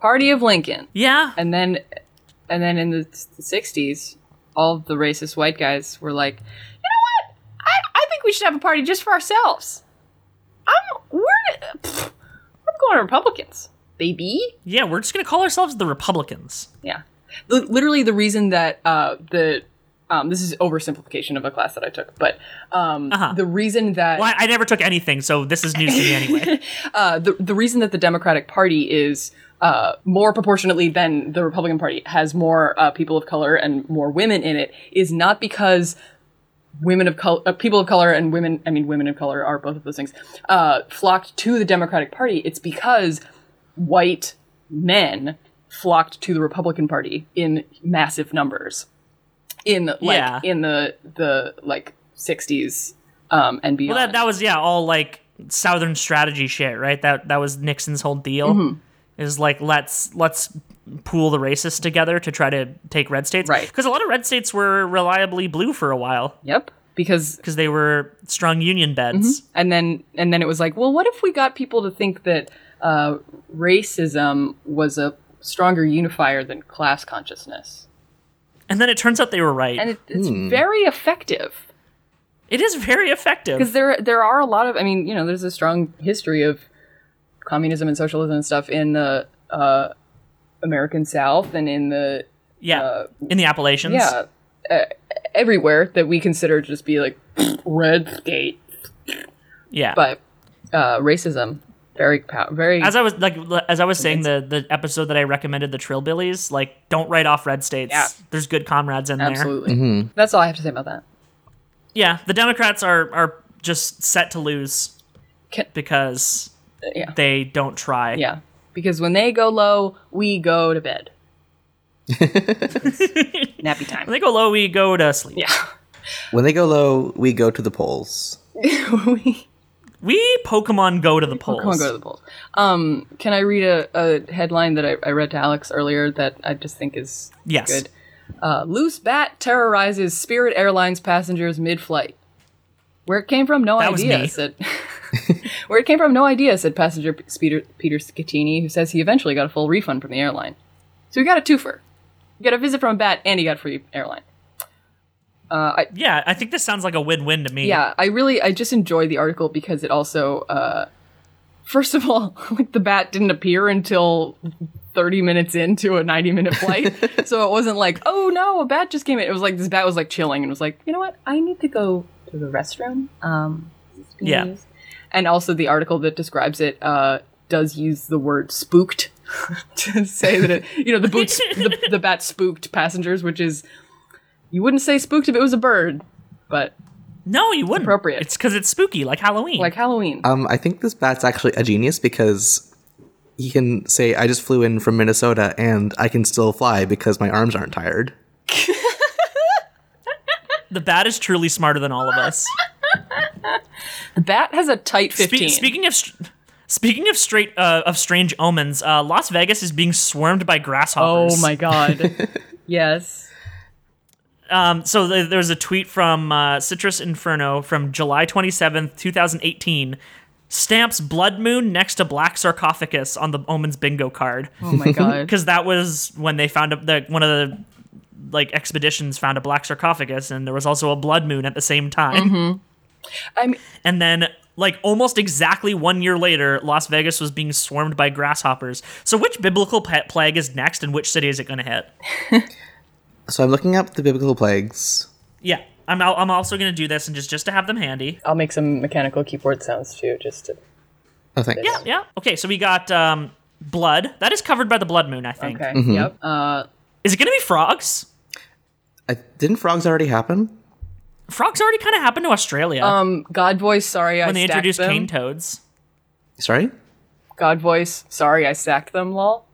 party of Lincoln,
Yeah,
and then and then in the sixties, all of the racist white guys were like, you know what? I, I think we should have a party just for ourselves. I'm we're pfft, I'm going to Republicans, baby.
yeah, we're just gonna call ourselves the Republicans.
Yeah. L- literally, the reason that uh, the um, this is oversimplification of a class that I took, but um, the reason that
Well, I, I never took anything, so this is news to me anyway.
uh, the the reason that the Democratic Party is uh, more proportionately than the Republican Party has more uh, people of color and more women in it is not because women of color, uh, people of color, and women. I mean, women of color are both of those things. Uh, flocked to the Democratic Party. It's because white men flocked to the Republican Party in massive numbers. In like
Yeah.
in the the like sixties um, and beyond.
well, that that was yeah, all like Southern strategy shit, right? That that was Nixon's whole deal.
Mm-hmm.
Is like let's let's pool the racists together to try to take red states,
Right.
Because a lot of red states were reliably blue for a while
yep. Because
because they were strong union beds.
and then and then it was like well what if we got people to think that uh, racism was a stronger unifier than class consciousness
And then it turns out they were right.
and it, it's very effective
it is very
because
effective.
there there are a lot of i mean you know there's a strong history of communism and socialism and stuff in the uh, american south and in the
Yeah, in the Appalachians.
uh, yeah uh, everywhere that we consider to just be like red state
yeah.
but uh, racism Very pow- very
As I was like, l- as I was saying, the the episode that I recommended, the Trillbillies, like, don't write off red states.
Yeah.
There's good comrades in there.
absolutely. That's all I have to say about that.
Yeah, the Democrats are are just set to lose
Can-
because
Yeah.
they don't try.
Yeah. Because when they go low, we go to bed. Nappy time.
When they go low, we go to sleep.
yeah.
When they go low, we go to the polls.
we
We Pokemon go to the polls.
Pokemon go to the polls. Um, can I read a, a headline that I, I read to Alex earlier that I just think is
Yes.
good? Uh, loose bat terrorizes Spirit Airlines passengers mid-flight. Where it came from, no
That was
idea.
me.
Said, Where it came from, no idea. Said passenger P- Peter, Peter Scattini, who says he eventually got a full refund from the airline. So he got a twofer. He got a visit from a bat, and he got free airline. Uh,
Yeah, I think this sounds like a win-win to me.
yeah i really i just enjoyed the article because it also uh first of all like the bat didn't appear until 30 minutes into a 90 minute flight so it wasn't like oh no a bat just came in it was like this bat was like chilling and was like you know what i need to go to the restroom um is this being
Yeah.
used?" and also the article that describes it uh does use the word spooked to say that it you know the boots the, the bat spooked passengers which is you wouldn't say spooked if it was a bird but
No, you wouldn't.
Appropriate.
It's because it's spooky, like Halloween.
like Halloween.
Um, I think this bat's actually a genius because he can say, "I just flew in from Minnesota and I can still fly because my arms aren't tired."
the bat is truly smarter than all of us.
the bat has a tight
Spe-
15.
speaking of. Str- Speaking of straight uh, of strange omens, uh, Las Vegas is being swarmed by grasshoppers.
oh my god. yes.
Um, so th- there's a tweet from uh, Citrus Inferno from July 27th, 2018. Stamps Blood Moon next to Black Sarcophagus on the Omens bingo card.
Oh my god.
Because that was when they found a, the, one of the like expeditions found a black sarcophagus, and there was also a blood moon at the same time.
Mm-hmm. I mean,
And then, like almost exactly one year later, Las Vegas was being swarmed by grasshoppers. So, which biblical pet plague is next, and which city is it going to hit?
So I'm looking up the biblical plagues.
Yeah, I'm. al- I'm also going to do this, and just just to have them handy.
I'll make some mechanical keyboard sounds too, just to.
Oh, thanks.
Yeah, yeah. Okay, so we got um, blood. That is covered by the blood moon, I think.
Okay. Yep. Uh,
Is it going to be frogs?
I, didn't frogs already happen?
Frogs already kind of happened to Australia
um, God voice. Sorry, I
when they
stacked
introduced
them.
cane toads.
Sorry.
God voice. Sorry, I stacked them. Lol.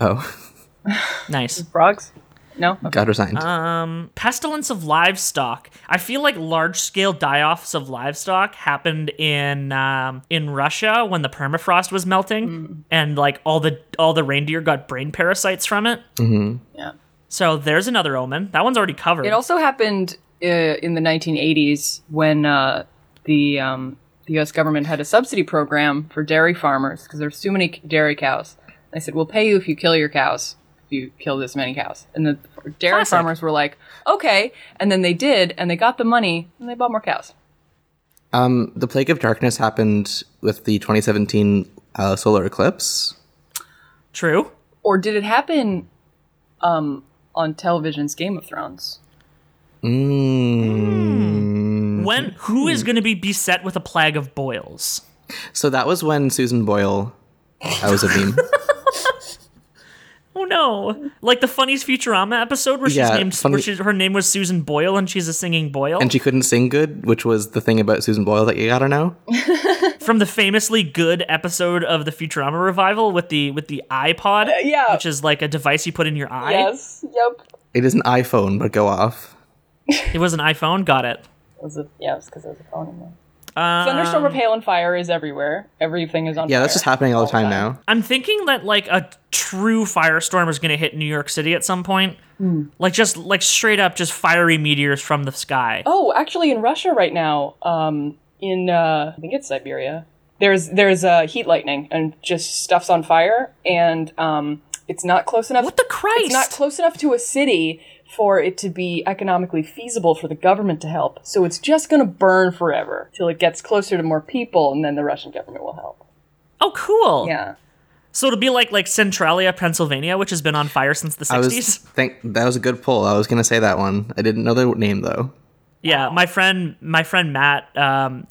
Oh,
Nice.
Frogs. No. Okay.
God resigned.
pestilence of livestock. I feel like large scale die offs of livestock happened in um, in Russia when the permafrost was melting,
Mm.
and like all the all the reindeer got brain parasites from it.
Yeah.
So there's another omen. That one's already covered.
It also happened uh, in the 1980s when uh, the um, the U.S. government had a subsidy program for dairy farmers because there's too many c- dairy cows. They said, "We'll pay you if you kill your cows, if you kill this many cows." And the dairy
Classic.
farmers were like, "Okay," and then they did, and they got the money, and they bought more cows.
Um, the plague of darkness happened with the 2017 uh, solar eclipse.
True.
Or did it happen um, on television's Game of Thrones?
Mm-hmm.
When who
Mm.
is going to be beset with a plague of boils?
So that was when Susan Boyle. I was a meme.
Oh no! Like the funniest Futurama episode where she's
Yeah,
named
funny-
where she's, her name was Susan Boyle and she's a singing Boyle
and she couldn't sing good, which was the thing about Susan Boyle that you gotta know.
from the famously good episode of the Futurama revival with the with the iPod,
Uh, yeah.
which is like a device you put in your eye.
yes. Yep.
It is an iPhone, but go off.
It was an iPhone. Got it.
It was a, yeah, it's because there was a phone in there.
Um,
Thunderstorm of hail and fire is everywhere. Everything is on
Yeah,
fire.
that's just happening all the time now.
I'm thinking that like a true firestorm is going to hit New York City at some point.
Hmm.
Like just like straight up just fiery meteors from the sky.
Oh, actually, in Russia right now, um, in uh, I think it's Siberia, there's there's uh, heat lightning and just stuff's on fire, and um, it's not close enough.
What the Christ?
It's not close enough to a city for it to be economically feasible for the government to help. So it's just going to burn forever till it gets closer to more people, and then the Russian government will help.
oh, cool.
Yeah.
So it'll be like like Centralia, Pennsylvania, which has been on fire since the 60s.
I was think that was a good pull. I was gonna say that one. I didn't know the name though.
Yeah, my friend, my friend Matt, um,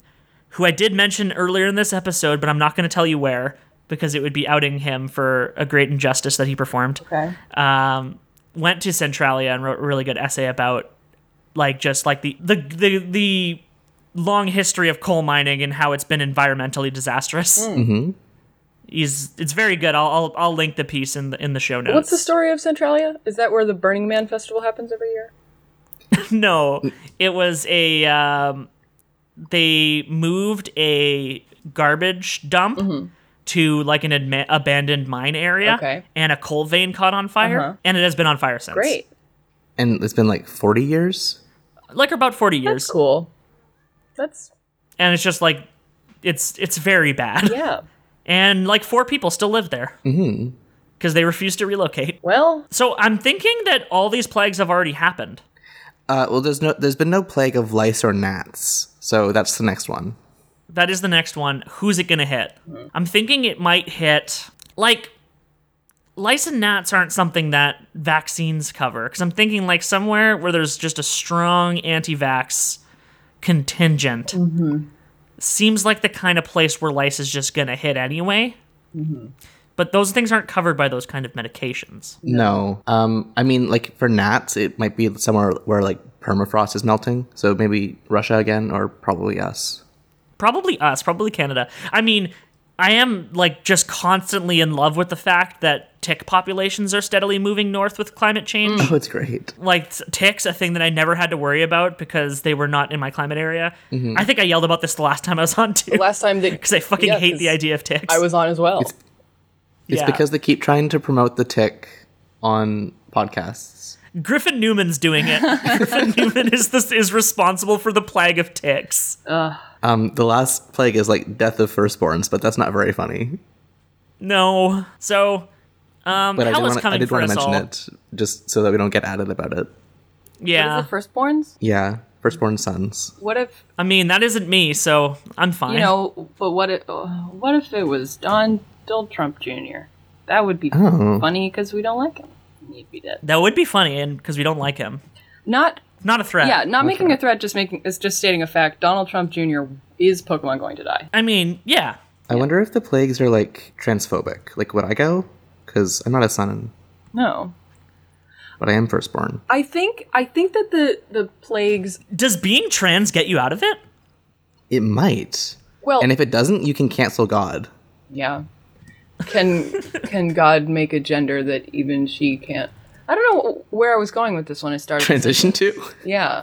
who I did mention earlier in this episode, but I'm not going to tell you where because it would be outing him for a great injustice that he performed.
Okay.
Um, went to Centralia and wrote a really good essay about like just like the the the, the long history of coal mining and how it's been environmentally disastrous.
Hmm.
Mm-hmm. He's it's very good. I'll, I'll I'll link the piece in the in the show notes.
What's the story of Centralia? Is that where the Burning Man festival happens every year?
No, it was a. Um, they moved a garbage dump to like an adma- abandoned mine area,
Mm-hmm. Okay.
and a coal vein caught on fire,
Uh-huh.
and it has been on fire since.
Great.
And it's been like 40 years?
like about forty years,
That's cool. That's
and it's just like it's it's very bad,
yeah. Mm-hmm.
and like four people still live there because they refused to relocate.
Well,
So I'm thinking that all these plagues have already happened.
Uh, well, there's no, there's been no plague of lice or gnats, so that's the next one.
That is the next one. Who's it going to hit? I'm thinking it might hit like lice and gnats aren't something that vaccines cover because I'm thinking like somewhere where there's just a strong anti-vax contingent. Seems like the kind of place where lice is just going to hit anyway. But those things aren't covered by those kind of medications.
No. Um, I mean, like for gnats, it might be somewhere where like permafrost is melting, so maybe Russia again, or probably us.
probably us, probably Canada. I mean, I am like just constantly in love with the fact that tick populations are steadily moving north with climate change.
Oh, it's great.
Like t- ticks, a thing that I never had to worry about because they were not in my climate area.
Mm-hmm.
I think I yelled about this the last time I was on too
last time that
because I fucking
yeah,
hate
'cause
the idea of ticks.
I was on as well.
It's
Yeah.
because they keep trying to promote the tick on podcasts.
Griffin Newman's doing it. Griffin Newman is this is responsible for the plague of ticks.
Um, the last plague is like death of firstborns, but that's not very funny.
No, so um,
But I
hell
did
is
wanna- I
coming
did
for
want to
us
mention
all.
it just so that we don't get added about it.
Yeah,
What if the firstborns?
Yeah, firstborn sons.
What if
I mean that isn't me, so I'm fine.
you know? But what if uh, what if it was Donald Trump Jr.? That would be
Oh.
funny because we don't like him. He'd be dead.
That would be funny, and because we don't like him,
Not
not a threat.
yeah. Not making a threat. Just making. It's just stating a fact. Donald Trump Jr. is Pokemon going to die?
I mean, yeah.
I wonder if the plagues are like transphobic. Like, would I go? Because I'm not a son,
No.
but I am firstborn.
I think I think that the the plagues.
Does being trans get you out of it?
It might.
Well,
And if it doesn't, you can cancel God.
Yeah. Can can God make a gender that even she can't? I don't know where I was going with this when I started.
Transition to?
Yeah.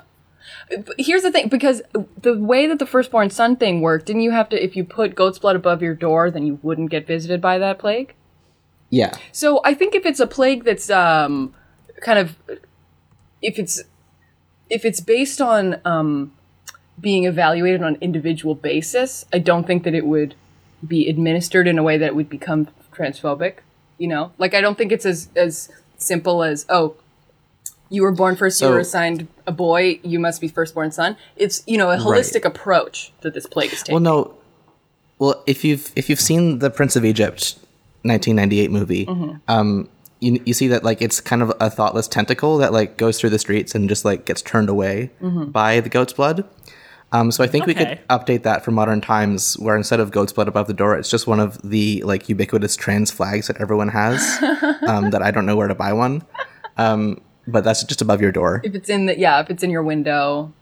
But Here's the thing because the way that the firstborn son thing worked, didn't you have to if you put goat's blood above your door, then you wouldn't get visited by that plague?
Yeah.
So I think if it's a plague that's um kind of if it's if it's based on um being evaluated on an individual basis, I don't think that it would be administered in a way that would become transphobic, you know? Like I don't think it's as as simple as oh you were born first, you
So-
were assigned a boy, you must be firstborn son. It's, you know, a holistic approach that this plague is taking.
Well, no. Well, if you've if you've seen the Prince of Egypt 1998 movie, um, you, you see that like it's kind of a thoughtless tentacle that like goes through the streets and just like gets turned away by the goat's blood. Um, so I think we could
Okay.
update that for modern times, where instead of goat's blood above the door, it's just one of the like ubiquitous trans flags that everyone has. um, that I don't know where to buy one, um, but that's just above your door.
If it's in the yeah, if it's in your window,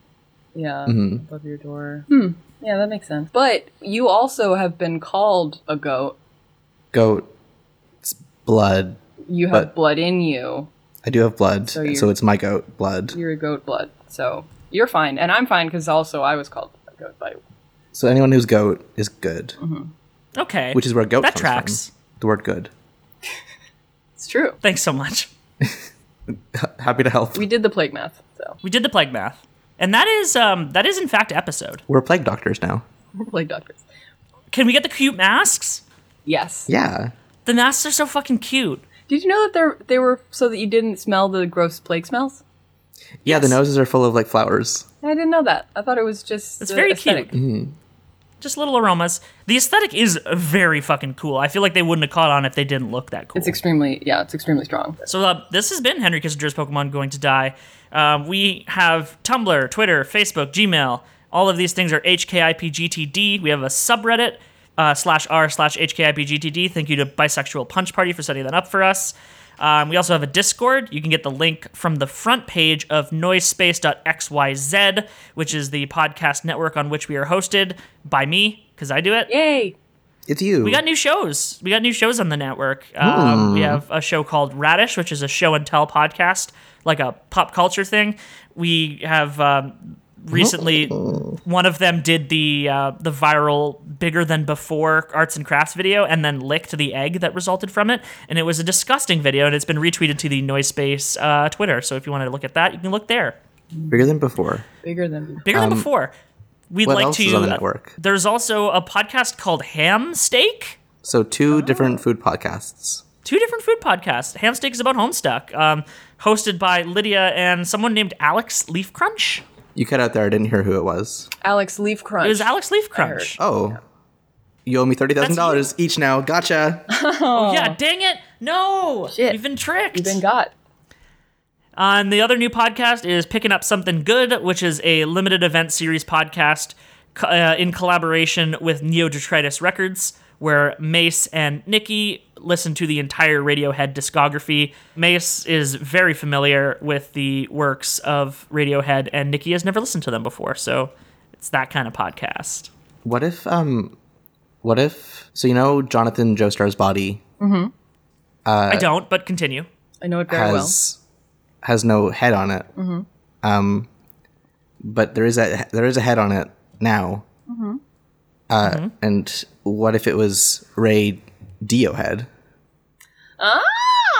yeah,
Mm-hmm.
above your door. Hmm. Yeah, that makes sense. But you also have been called a goat.
Goat's blood.
You have
But-
blood in you.
I do have blood, so,
you-
it's my goat blood.
You're a goat blood, so you're fine, and I'm fine because also I was called a goat by.
So anyone who's goat is good,
Okay.
which is where goat
that
comes
tracks.
from. The word good.
It's true.
Thanks so much.
Happy to help.
We did the plague math, so
We did the plague math, and that is um that is in fact episode.
We're plague doctors now.
we're plague doctors.
Can we get the cute masks?
Yes.
Yeah.
The masks are so fucking cute.
Did you know that they they were so that you didn't smell the gross plague smells?
Yeah, the
Yes.
noses are full of like flowers.
I didn't know that. I thought it was just.
It's
the
very
aesthetic.
Mm-hmm.
cute. Mm-hmm. Just little aromas. The aesthetic is very fucking cool. I feel like they wouldn't have caught on if they didn't look that cool.
It's extremely yeah. It's extremely strong.
So uh, this has been Henry Kissinger's Pokemon Going to Die. Um, we have Tumblr, Twitter, Facebook, Gmail. All of these things are HKIPGTD. We have a subreddit uh, slash r slash HKIPGTD. Thank you to Bisexual Punch Party for setting that up for us. Um, we also have a Discord. You can get the link from the front page of noisespace.xyz, which is the podcast network on which we are hosted by me, because I do it.
Yay!
It's you.
We got new shows. We got new shows on the network.
Hmm.
Um, we have a show called Radish, which is a show and tell podcast, like a pop culture thing. We have um, recently
Oh.
one of them did the uh, the viral bigger than before arts and crafts video, and then licked the egg that resulted from it, and it was a disgusting video, and it's been retweeted to the Noise Space uh, Twitter. So if you want to look at that, you can look there.
bigger than before.
Bigger than
Bigger than before. We'd
Um, what
like
else
to. uh,
is on the network?
There's also a podcast called Ham Steak.
So
Oh.
two different food podcasts.
two different food podcasts. Hamsteak is about Homestuck, um, hosted by Lydia and someone named Alex Leaf Crunch.
You cut out there. I didn't hear who it was.
Alex Leaf Crunch.
It was Alex Leaf Crunch.
Oh, you owe me thirty thousand dollars each now. Gotcha.
Oh, yeah, dang it! No,
Shit.
we've been tricked.
You've been got.
Uh, and the other new podcast is Picking Up Something Good, which is a limited event series podcast co- uh, in collaboration with Neo Detritus Records, where Mace and Nikki listen to the entire Radiohead discography. Mace is very familiar with the works of Radiohead, and Nikki has never listened to them before, so it's that kind of podcast.
What if um, what if so you know Jonathan Joestar's body
I don't, but continue.
I know it very well. Mm-hmm.
has has no head on it. Um, but there is a there is a head on it now.
Mm-hmm.
Uh,
Mm-hmm.
and what if it was Ray Dio head?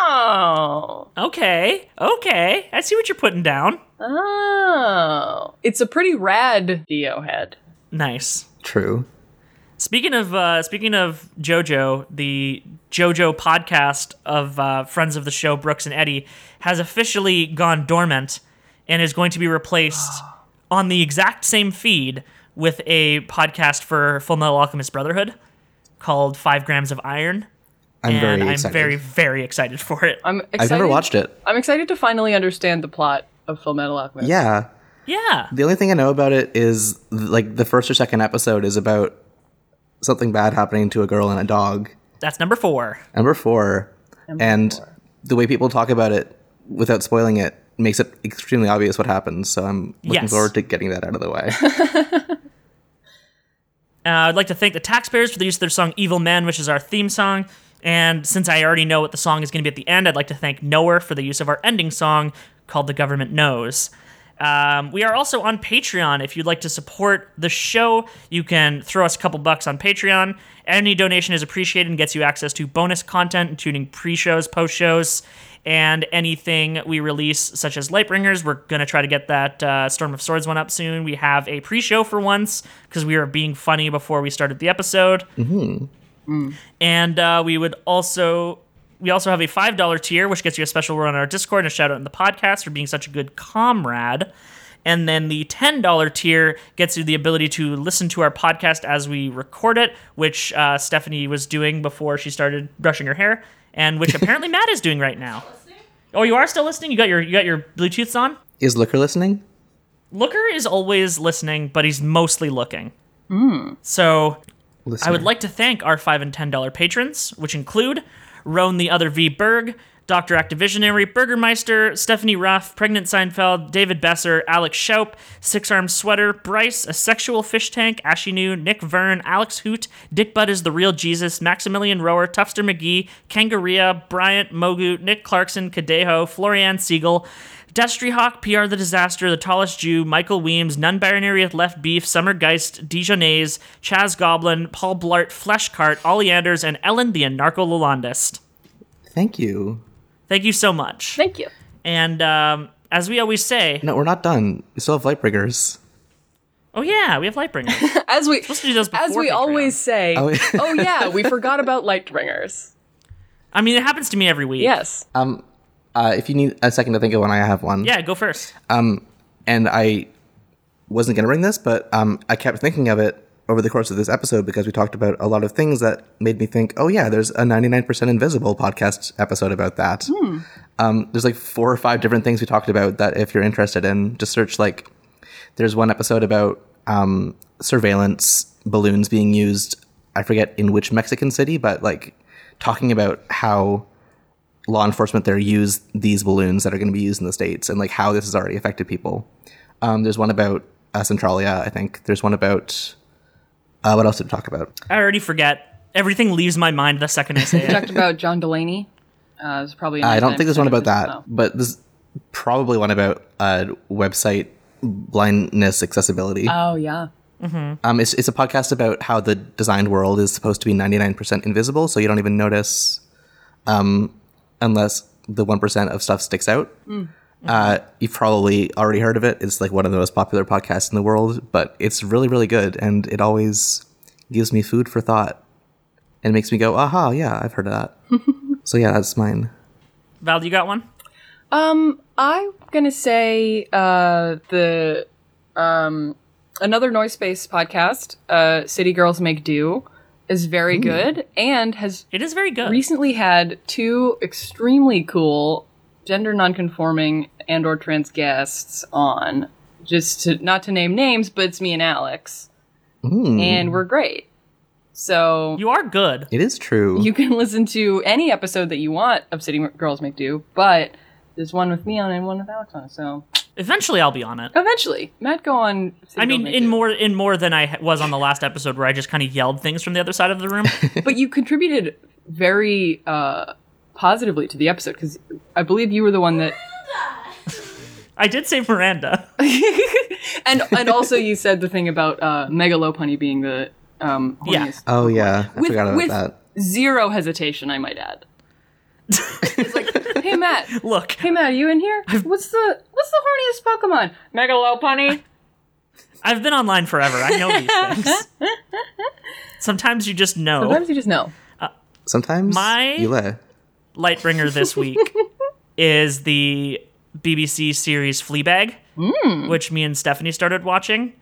Oh.
Okay, okay, I see what you're putting down.
Oh. It's a pretty rad Dio head.
Nice.
True.
Speaking of uh, speaking of JoJo, the JoJo podcast of uh, friends of the show Brooks and Eddie has officially gone dormant and is going to be replaced on the exact same feed with a podcast for Full Metal Alchemist Brotherhood called Five Grams of Iron,
I'm
and
very
I'm
excited.
very very excited for it.
I'm excited.
I've never watched it.
I'm excited to finally understand the plot of Full Metal Alchemist.
Yeah.
yeah,
The only thing I know about it is like the first or second episode is about something bad happening to a girl and a dog.
that's number four.
Number four, and the way people talk about it without spoiling it makes it extremely obvious what happens. So I'm looking
Yes.
forward to getting that out of the way.
Uh, I'd like to thank the taxpayers for the use of their song Evil Men, which is our theme song. And since I already know what the song is going to be at the end, I'd like to thank Knower for the use of our ending song called The Government Knows. Um, we are also on Patreon. If you'd like to support the show, you can throw us a couple bucks on Patreon. Any donation is appreciated and gets you access to bonus content, including pre shows, post shows, and anything we release, such as Lightbringers. We're going to try to get that uh, Storm of Swords one up soon. We have a pre show for once because we were being funny before we started the episode. Mm-hmm. And uh, we would also. We also have a $5 tier, which gets you a special run on our Discord and a shout out in the podcast for being such a good comrade. And then the $10 tier gets you the ability to listen to our podcast as we record it, which uh, Stephanie was doing before she started brushing her hair, and which apparently Matt is doing right now. Oh, you are still listening? You got your you got your Bluetooths on?
is Looker listening?
Looker is always listening, but he's mostly looking. So I
Listener.
would like to thank our five and ten dollar patrons, which include Roan the Other V Berg, Doctor Activisionary, Burgermeister, Stephanie Ruff, Pregnant Seinfeld, David Besser, Alex Schaup, Six Arm Sweater, Bryce, A Sexual Fish Tank, Ashinu, Nick Vern, Alex Hoot, Dick Butt is the Real Jesus, Maximilian Rower, Tufster McGee, Kangaria, Bryant, Mogu, Nick Clarkson, Kadeho, Florian Siegel, Destry Hawk, PR the Disaster, The Tallest Jew, Michael Weems, None Baronary with Left Beef, Summer Geist, Dijonais, Chaz Goblin, Paul Blart, Fleshcart, Oleanders, and Ellen the Anarcho Lalandist.
Thank you.
Thank you so much.
Thank you.
And um, as we always say,
No, we're not done. We still have Lightbringers.
oh yeah, we have Lightbringer.
As we
to do those
as
before
we
Patreon.
always say.
Oh,
Oh,
yeah.
yeah, we forgot about Lightbringers.
I mean, it happens to me every week.
Yes.
Um, uh, if you need a second to think of one, I have one.
Yeah, go first.
And I wasn't going to bring this, but um, I kept thinking of it over the course of this episode because we talked about a lot of things that made me think, oh, yeah, there's a 99% Invisible podcast episode about that. Um, there's like four or five different things we talked about that if you're interested in, just search like, there's one episode about um, surveillance balloons being used. I forget in which Mexican city, but like talking about how law enforcement there use these balloons that are going to be used in the states and like how this has already affected people. Um, there's one about uh, Centralia, I think. There's one about uh, what else did we talk about?
I already forget. Everything leaves my mind the second I say
We
it.
talked about John Delaney. Uh, it's probably. a
I don't
99%
think there's one
of
about
his-
that,
oh.
but there's probably one about uh, website blindness accessibility.
Oh yeah.
Um, it's, it's a podcast about how the designed world is supposed to be 99% invisible, so you don't even notice um, unless the 1% of stuff sticks out.
Mm.
Uh, you've probably already heard of it. It's like one of the most popular podcasts in the world, but it's really, really good, and it always gives me food for thought and makes me go, aha, yeah, I've heard of that. so, yeah, that's mine.
Val, you got one?
Um, I'm gonna say uh, the um, another noise space podcast, uh, City Girls Make Do, is very good and has
It is very good.
recently had two extremely cool gender nonconforming and or trans guests on. Just to not to name names, but it's me and Alex,
Mm,
and we're great. So
you are good.
it is true.
you can listen to any episode that you want of City Girls Make Do, but there's one with me on it and one with Alex on it. So
Eventually, I'll be on it.
eventually, might go on. City
I
Girls
mean,
Make
in
Do.
more in more than I ha- was on the last episode, where I just kind of yelled things from the other side of the room.
but you contributed very uh, positively to the episode because I believe you were the one that,
I did say Miranda.
and and also you said the thing about uh, Megalope Honey being the um,
Yeah.
horniest.
oh, yeah. I
With-
forgot about
with-
that.
Zero hesitation, I might add. it's like, hey Matt,
Look,
hey Matt, are you in here? What's the what's the horniest Pokemon? Megalope Honey.
I've been online forever. I know these things. Sometimes you just know.
Sometimes you just know.
Sometimes
My-
you lay.
Lightbringer this week is the BBC series Fleabag, which me and Stephanie started watching.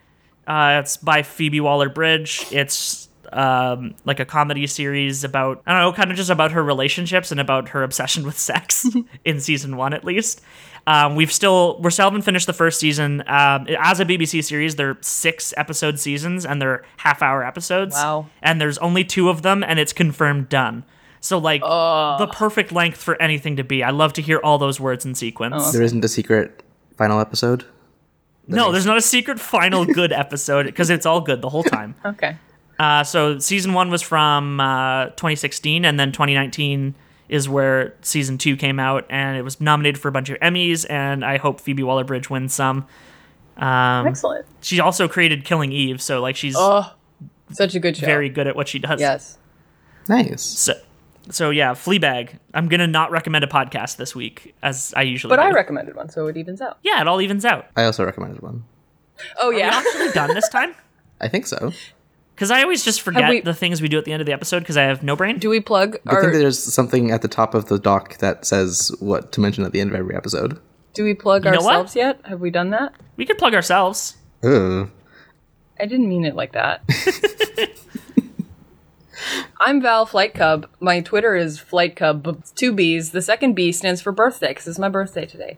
Uh, it's by Phoebe Waller Bridge. It's um, like a comedy series about, I don't know, kind of just about her relationships and about her obsession with sex in season one, at least. Um, we've still, we're still haven't finished the first season. Um, as a BBC series, they're six episode seasons and they're half hour episodes.
Wow.
And there's only two of them and it's confirmed done. So, like, the perfect length for anything to be. I love to hear all those words in sequence.
There isn't a secret final episode.
no, there's not a secret final good episode because it's all good the whole time.
Okay.
Uh, so season one was from uh, 2016, and then 2019 is where season two came out, and it was nominated for a bunch of Emmys. And I hope Phoebe Waller-Bridge wins some. Um,
Excellent.
she also created Killing Eve, so like she's
Oh, such a good show.
very good at what she does.
yes.
Nice.
So, so yeah, Fleabag. I'm gonna not recommend a podcast this week as I usually.
But I
do.
recommended one, so it evens out.
yeah, it all evens out.
I also recommended one.
Oh yeah.
Actually done this time.
I think so.
Because I always just forget
we-
the things we do at the end of the episode because I have no brain.
Do we plug
I think
our
there's something at the top of the doc that says what to mention at the end of every episode.
do we plug
know what?
ourselves yet? Have we done that?
We could plug ourselves.
Ugh.
I didn't mean it like that. I'm Val Flight Cub. My Twitter is Flight Cub, but it's two B's. The second B stands for birthday because it's my birthday today,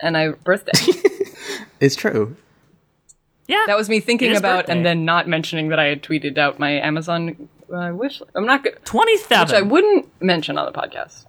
and I birthday.
It's true.
Yeah.
that was me
It
thinking
is
about
birthday.
and then not mentioning that I had tweeted out my Amazon uh, wish. List. I'm not. Go- which I
27.
wouldn't mention on the podcast.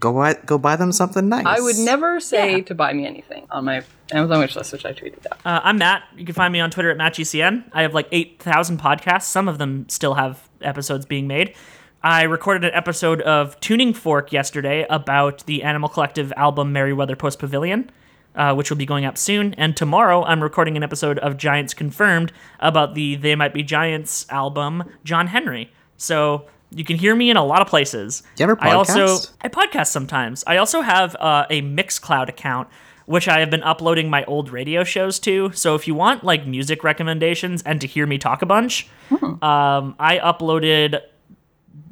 Go buy, go buy them something nice.
I would never say
Yeah.
to buy me anything on my Amazon wish list, which I tweeted out.
uh, I'm Matt. You can find me on Twitter at MattGCN. I have like 8,000 podcasts. Some of them still have episodes being made. I recorded an episode of Tuning Fork yesterday about the Animal Collective album Merryweather Post Pavilion, uh, which will be going up soon. And tomorrow I'm recording an episode of Giants Confirmed about the They Might Be Giants album John Henry. So you can hear me in a lot of places.
You ever
I also
podcast?
I podcast sometimes. I also have uh, a Mixcloud account, which I have been uploading my old radio shows to. So if you want like music recommendations and to hear me talk a bunch,
Hmm.
um, I uploaded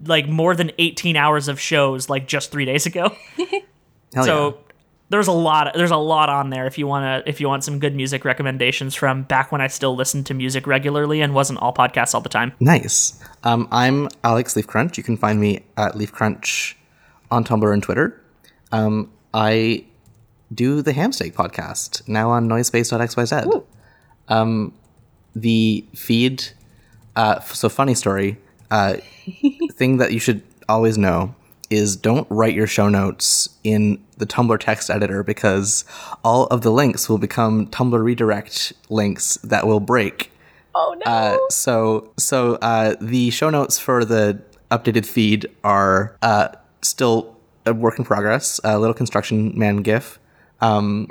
like more than 18 hours of shows like just three days ago.
Hell
so
Oh, yeah.
there's a lot. There's a lot on there if you want to. If you want some good music recommendations from back when I still listened to music regularly and wasn't all podcasts all the time.
Nice. Um, I'm Alex Leaf Crunch. You can find me at Leaf Crunch on Tumblr and Twitter. Um, I do the Hamsteak podcast now on noisepace.xyz. Um, the feed. Uh, f- so funny story. Uh, thing that you should always know is don't write your show notes in the Tumblr text editor because all of the links will become Tumblr redirect links that will break.
Oh no.
Uh, so so uh, the show notes for the updated feed are uh, still a work in progress, a little construction man gif, um,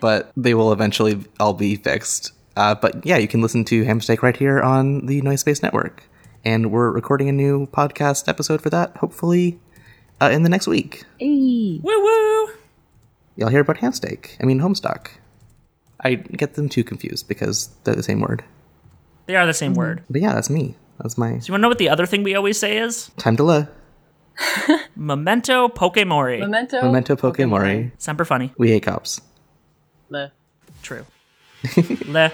but they will eventually all be fixed. Uh, but yeah, you can listen to Hamsteak right here on the Noise Space Network, and we're recording a new podcast episode for that. Hopefully, uh, in the next week,
Woo woo.
y'all hear about Hamsteak. I mean, Homestock. I get them too confused because they're the same word.
They are the same word.
But yeah, that's me. That's my
Do you want to know what the other thing we always say is?
time to la.
Memento Pokemori.
Memento.
Memento Pokemori.
Semper funny.
We hate cops.
Le.
True. Le.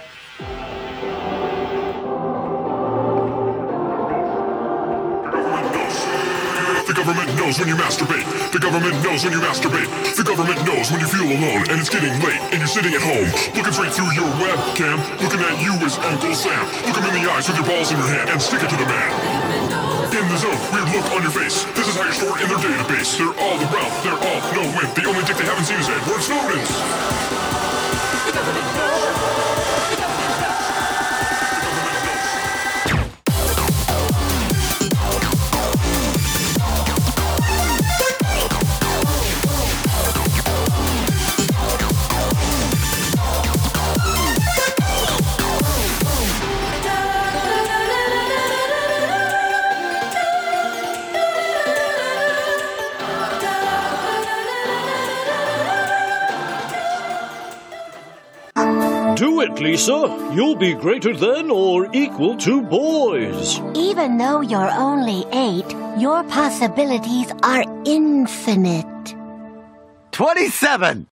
The government knows when you masturbate. The government knows when you masturbate. The government knows when you feel alone and it's getting late and you're sitting at home looking straight through your webcam, looking at you as Uncle Sam. Look him in the eyes with your balls in your hand and stick it to the man. In the zone, weird look on your face. This is how you're stored in their database. They're all the Ralph, they're all no win. The only dick they haven't seen is Edward Snowden's.
Do it, Lisa. You'll be greater than or equal to boys.
Even though you're only eight, your possibilities are infinite.
27!